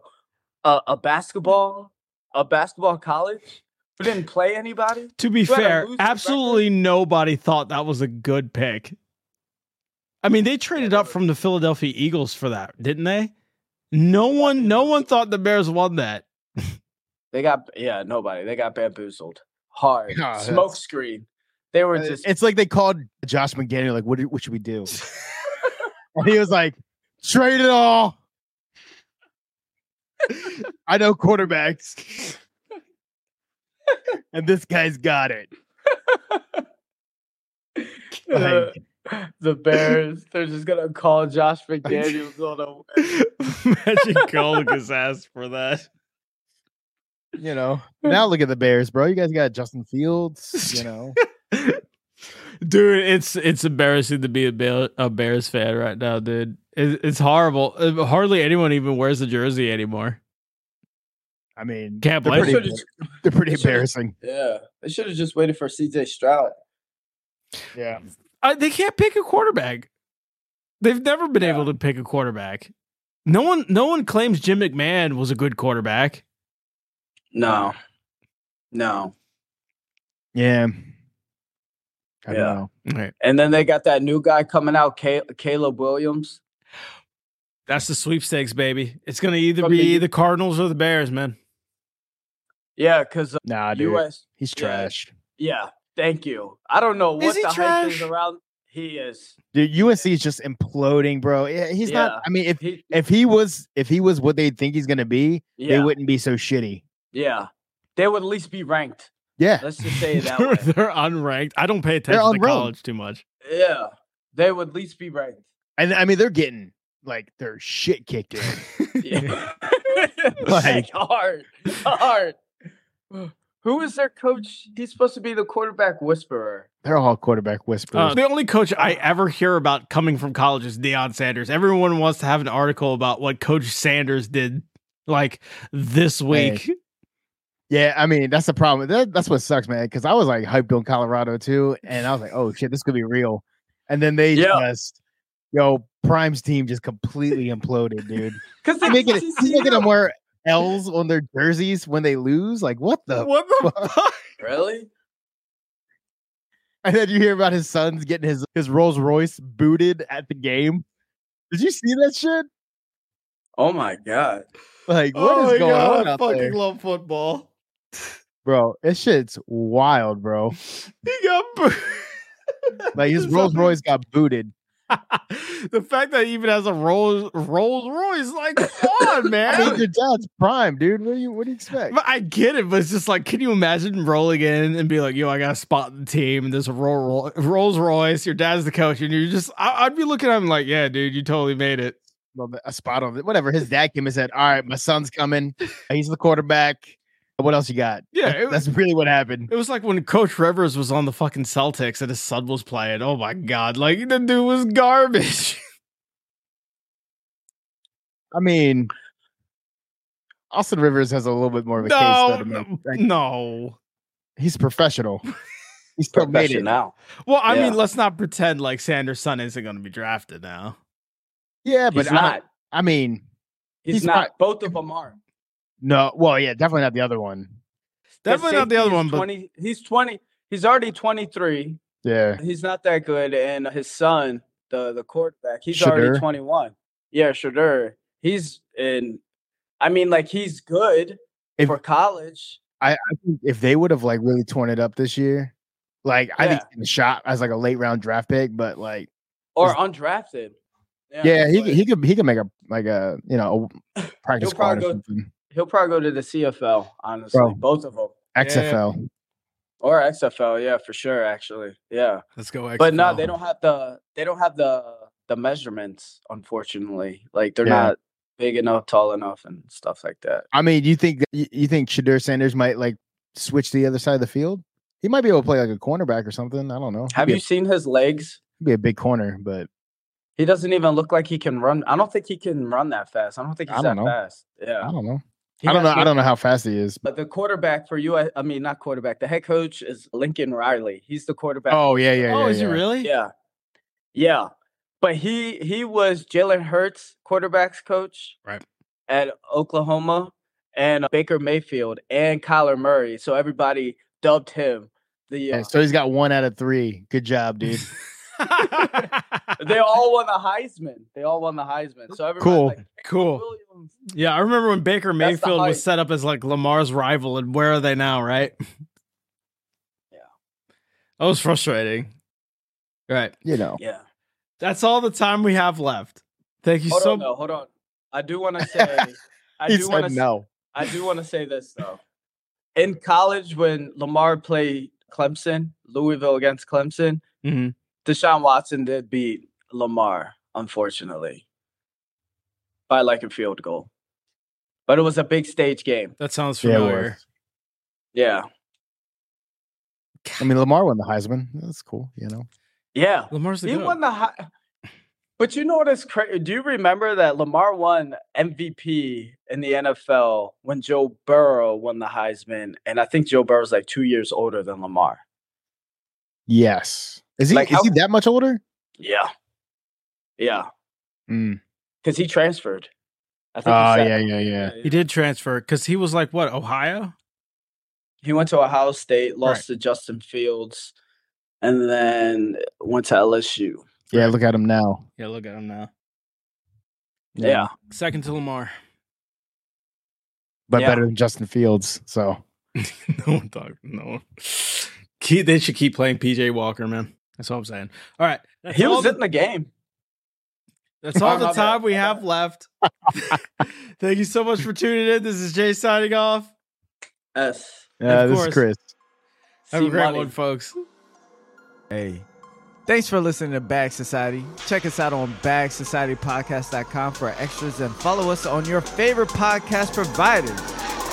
Speaker 3: a, a basketball, a basketball college, but didn't play anybody.
Speaker 1: To be
Speaker 3: had a
Speaker 1: fair,
Speaker 3: losing
Speaker 1: absolutely nobody thought that was a good pick. I mean, they traded up from the Philadelphia Eagles for that, didn't they? No one, no one thought the Bears won that.
Speaker 3: They got yeah, nobody. They got bamboozled hard.
Speaker 2: Yeah, that's-
Speaker 3: Smoke screen. They were just
Speaker 2: it's like they called Josh McDaniel, like, what, do- what should we do? and he was like, trade it all. I know quarterbacks. and this guy's got it.
Speaker 3: uh, the Bears. They're just gonna call Josh McDaniels on a.
Speaker 1: Imagine Coligas asked for that.
Speaker 2: You know, now look at the Bears, bro. You guys got Justin Fields, you know.
Speaker 1: dude it's it's embarrassing to be a, Bear, a bears fan right now dude it, it's horrible Uh, hardly anyone even wears the jersey anymore
Speaker 2: I mean,
Speaker 1: Can't
Speaker 2: they're
Speaker 1: blame
Speaker 3: They
Speaker 2: pretty,
Speaker 3: should
Speaker 1: should've
Speaker 3: have.
Speaker 2: they're pretty
Speaker 3: they should've-
Speaker 2: embarrassing.
Speaker 3: Yeah, they should have just waited for C.J. Stroud.
Speaker 2: Yeah.
Speaker 1: I, they can't pick a quarterback they've never been
Speaker 3: Yeah.
Speaker 1: able to pick a quarterback no one no one claims jim mcmahon was a good quarterback
Speaker 3: No, no.
Speaker 2: Yeah. I
Speaker 3: Yeah.
Speaker 2: don't know.
Speaker 1: right
Speaker 3: And then they got that new guy coming out, Ca- Caleb Williams.
Speaker 1: that's the sweepstakes baby it's gonna either
Speaker 3: From
Speaker 1: be
Speaker 3: the-
Speaker 1: the cardinals or the bears man
Speaker 3: Yeah, because
Speaker 2: Nah, dude.
Speaker 3: U.S.
Speaker 2: He's
Speaker 3: yeah.
Speaker 2: trash.
Speaker 3: Yeah, thank you. I don't know what
Speaker 1: Is he
Speaker 3: the hype is
Speaker 1: trash?
Speaker 3: around. He is.
Speaker 2: Dude, USC is just imploding, bro. Yeah, He's
Speaker 3: Yeah.
Speaker 2: not. I mean, if
Speaker 3: He.
Speaker 2: if he was if he was what they think he's gonna be,
Speaker 3: Yeah.
Speaker 2: they wouldn't be so shitty.
Speaker 3: yeah. They would at least be ranked.
Speaker 2: Yeah,
Speaker 3: Let's just say it that
Speaker 1: they're,
Speaker 3: way.
Speaker 1: they're unranked i don't pay attention to
Speaker 2: unranked.
Speaker 1: college too much
Speaker 3: Yeah, they would at least be ranked.
Speaker 2: and I mean they're getting like their shit kicked in.
Speaker 3: Yeah.
Speaker 2: Like-
Speaker 3: hard, hard. Who is their coach? He's supposed to be the quarterback whisperer.
Speaker 2: they're all quarterback whisperers.
Speaker 1: Uh, the only coach I ever hear about coming from college is Deion Sanders. Everyone wants to have an article about what Coach Sanders did like this week.
Speaker 2: yeah, I mean that's the problem. That, that's what sucks, man. Because I was like hyped on Colorado too, and I was like, oh shit, this could be real. And then they
Speaker 3: Yeah.
Speaker 2: just, yo, Prime's team just completely imploded, dude.
Speaker 3: Because
Speaker 2: He's making, it- he's making them wear L's on their jerseys when they lose. Like what the?
Speaker 1: what the fuck?
Speaker 3: really?
Speaker 2: And then you hear about his sons getting his his Rolls Royce booted at the game. Did you see that shit?
Speaker 3: Oh my god.
Speaker 2: Like,
Speaker 1: Oh
Speaker 2: what is
Speaker 4: Oh my
Speaker 2: going
Speaker 4: God,
Speaker 2: on
Speaker 4: I
Speaker 2: out
Speaker 4: fucking
Speaker 2: there,
Speaker 4: love football.
Speaker 2: bro? This shit's wild, bro.
Speaker 4: He got booed.
Speaker 2: Like his Rolls Royce got booted.
Speaker 1: the fact that he even has a Rolls Rolls Royce, like, come on, man.
Speaker 2: I mean, your dad's prime, dude. What do you what do you expect?
Speaker 1: But I get it, but it's just like, can you imagine rolling in and be like, "Yo, I got to spot the team." And there's a Roll, Rolls Royce. Your dad's the coach, and you're just, I, I'd be looking at him like, "Yeah, dude, you totally made it."
Speaker 2: Well, A spot on it, whatever. His dad came and said, "All right, my son's coming. He's the quarterback. What else you got?"
Speaker 1: Yeah,
Speaker 2: That's-
Speaker 1: it-
Speaker 2: that's really what happened.
Speaker 1: It was like when Coach Rivers was on the fucking Celtics and his son was playing. Oh my god, like the dude was garbage.
Speaker 2: I mean, Austin Rivers has a little bit more of a case.
Speaker 1: no,
Speaker 2: though, to make.
Speaker 1: no,
Speaker 2: Like,
Speaker 1: no.
Speaker 2: he's professional. He's still made it.
Speaker 3: Professional.
Speaker 1: Well, I
Speaker 3: Yeah.
Speaker 1: mean, let's not pretend like Sanders' son isn't going to be drafted now.
Speaker 2: Yeah, but
Speaker 3: He's
Speaker 2: I,
Speaker 3: not.
Speaker 2: don't- I mean,
Speaker 3: He's,
Speaker 2: he's
Speaker 3: not.
Speaker 2: not-
Speaker 3: Both of them are.
Speaker 2: no. Well, yeah, definitely not the other one.
Speaker 1: Definitely not the other
Speaker 3: Safety
Speaker 1: one,
Speaker 3: is
Speaker 1: but
Speaker 3: 20, he's 20. He's already 23.
Speaker 2: Yeah,
Speaker 3: He's not that good. And his son, the, the quarterback, he's
Speaker 2: Shadur.
Speaker 3: already 21. Yeah, Shadur. He's in. I mean, like, he's good
Speaker 2: If-
Speaker 3: for college.
Speaker 2: I, I think if they would have like really torn it up this year, like I think
Speaker 3: Yeah.
Speaker 2: he's been shot as like a late round draft pick, but like
Speaker 3: or
Speaker 2: Is-
Speaker 3: undrafted.
Speaker 2: yeah, he
Speaker 3: but
Speaker 2: he could he could make a like a you know a
Speaker 3: He'll probably
Speaker 2: practice squad or
Speaker 3: go-
Speaker 2: something.
Speaker 3: he'll probably go to the CFL. Honestly,
Speaker 2: Bro.
Speaker 3: both of them
Speaker 2: XFL.
Speaker 3: or XFL. Yeah, for sure. Actually, yeah.
Speaker 1: let's go. XFL.
Speaker 3: But no, they don't have the they don't have the the measurements. Unfortunately, like they're
Speaker 2: Yeah.
Speaker 3: not big enough, tall enough, and stuff like that.
Speaker 2: I mean, you think that- you, you think Shadur Sanders might like switch to the other side of the field? He might be able to play like a cornerback or something. I don't know. He'd
Speaker 3: Have
Speaker 2: be
Speaker 3: you seen his legs?
Speaker 2: a, be a big corner, but
Speaker 3: He doesn't even look like he can run. I don't think he can run that fast. I don't think
Speaker 2: I
Speaker 3: he's
Speaker 2: don't
Speaker 3: that
Speaker 2: know.
Speaker 3: fast.
Speaker 2: I
Speaker 3: Yeah,
Speaker 2: don't know.
Speaker 3: He
Speaker 2: I don't know.
Speaker 3: has
Speaker 2: I don't know how fast he is.
Speaker 3: But the quarterback for you, I mean, not quarterback. The head coach is Lincoln Riley. He's the quarterback.
Speaker 2: Oh yeah, yeah.
Speaker 1: oh,
Speaker 2: yeah,
Speaker 1: is
Speaker 2: yeah.
Speaker 1: he really?
Speaker 3: Yeah. Yeah. But he he was Jalen Hurts quarterbacks coach
Speaker 1: Right.
Speaker 3: at Oklahoma and Baker Mayfield and Kyler Murray. So everybody dubbed him the
Speaker 2: Yeah,
Speaker 3: uh,
Speaker 2: so he's got one out of three. Good job, dude.
Speaker 3: they all won the Heisman. They all won the Heisman. So everybody
Speaker 2: Cool.
Speaker 3: like, "Baker
Speaker 1: Cool.
Speaker 3: Williams."
Speaker 1: yeah, I remember when Baker
Speaker 3: the
Speaker 1: Mayfield
Speaker 3: hype.
Speaker 1: was set up as like Lamar's rival, and where are they now? Right?
Speaker 3: Yeah.
Speaker 1: that was frustrating. All right,
Speaker 2: You know.
Speaker 3: Yeah.
Speaker 1: that's all the time we have left. Thank you
Speaker 3: Hold
Speaker 1: so.
Speaker 3: on though, hold on. I do want to say I
Speaker 2: he
Speaker 3: do want
Speaker 2: said
Speaker 3: to
Speaker 2: no.
Speaker 3: I do want to say this though. In college when Lamar played Clemson, Louisville against Clemson,
Speaker 1: Mhm.
Speaker 3: Deshaun Watson did beat Lamar, unfortunately, by like a field goal. But it was a big stage game.
Speaker 1: That sounds
Speaker 2: Yeah, it
Speaker 1: familiar.
Speaker 2: was.
Speaker 3: Yeah.
Speaker 2: I mean, Lamar won the Heisman. That's cool. You know.
Speaker 3: Yeah.
Speaker 1: Lamar's the
Speaker 3: He
Speaker 1: goat.
Speaker 3: won the high. But you know what is crazy? Do you remember that Lamar won MVP in the NFL when Joe Burrow won the Heisman? And I think Joe Burrow's like two years older than Lamar.
Speaker 2: Yes. Is he
Speaker 3: Like,
Speaker 2: is
Speaker 3: how-
Speaker 2: he that much older?
Speaker 3: Yeah. Yeah.
Speaker 2: Mm.
Speaker 3: Because he transferred. I
Speaker 2: Oh
Speaker 3: he
Speaker 1: Ah,
Speaker 3: said-
Speaker 2: yeah, yeah, yeah.
Speaker 1: He did transfer because he was like what Ohio.
Speaker 3: he went to Ohio State, lost
Speaker 1: Right.
Speaker 3: to Justin Fields, and then went to LSU.
Speaker 2: Yeah, look at him now.
Speaker 1: Yeah, look at him now.
Speaker 3: Yeah.
Speaker 1: Second to Lamar.
Speaker 2: But
Speaker 3: Yeah.
Speaker 2: better than Justin Fields. So
Speaker 1: no one talking. No one. Keep, they should keep playing PJ Walker, man. That's what I'm saying. All right, that's
Speaker 3: he
Speaker 1: all
Speaker 3: was
Speaker 1: the-
Speaker 3: in the game.
Speaker 1: That's all the
Speaker 3: My bad,
Speaker 1: time we
Speaker 3: my
Speaker 1: have
Speaker 3: bad.
Speaker 1: left. Thank you so much for tuning in. This is Jay signing off.
Speaker 3: Yes.
Speaker 2: yeah,
Speaker 1: Of
Speaker 2: this is
Speaker 1: course.
Speaker 2: Chris.
Speaker 1: Have a
Speaker 3: See
Speaker 1: great
Speaker 3: money.
Speaker 1: one, folks.
Speaker 4: Hey. Thanks for listening to Bag Society. Check us out on bagsocietypodcast.com for extras and follow us on your favorite podcast providers.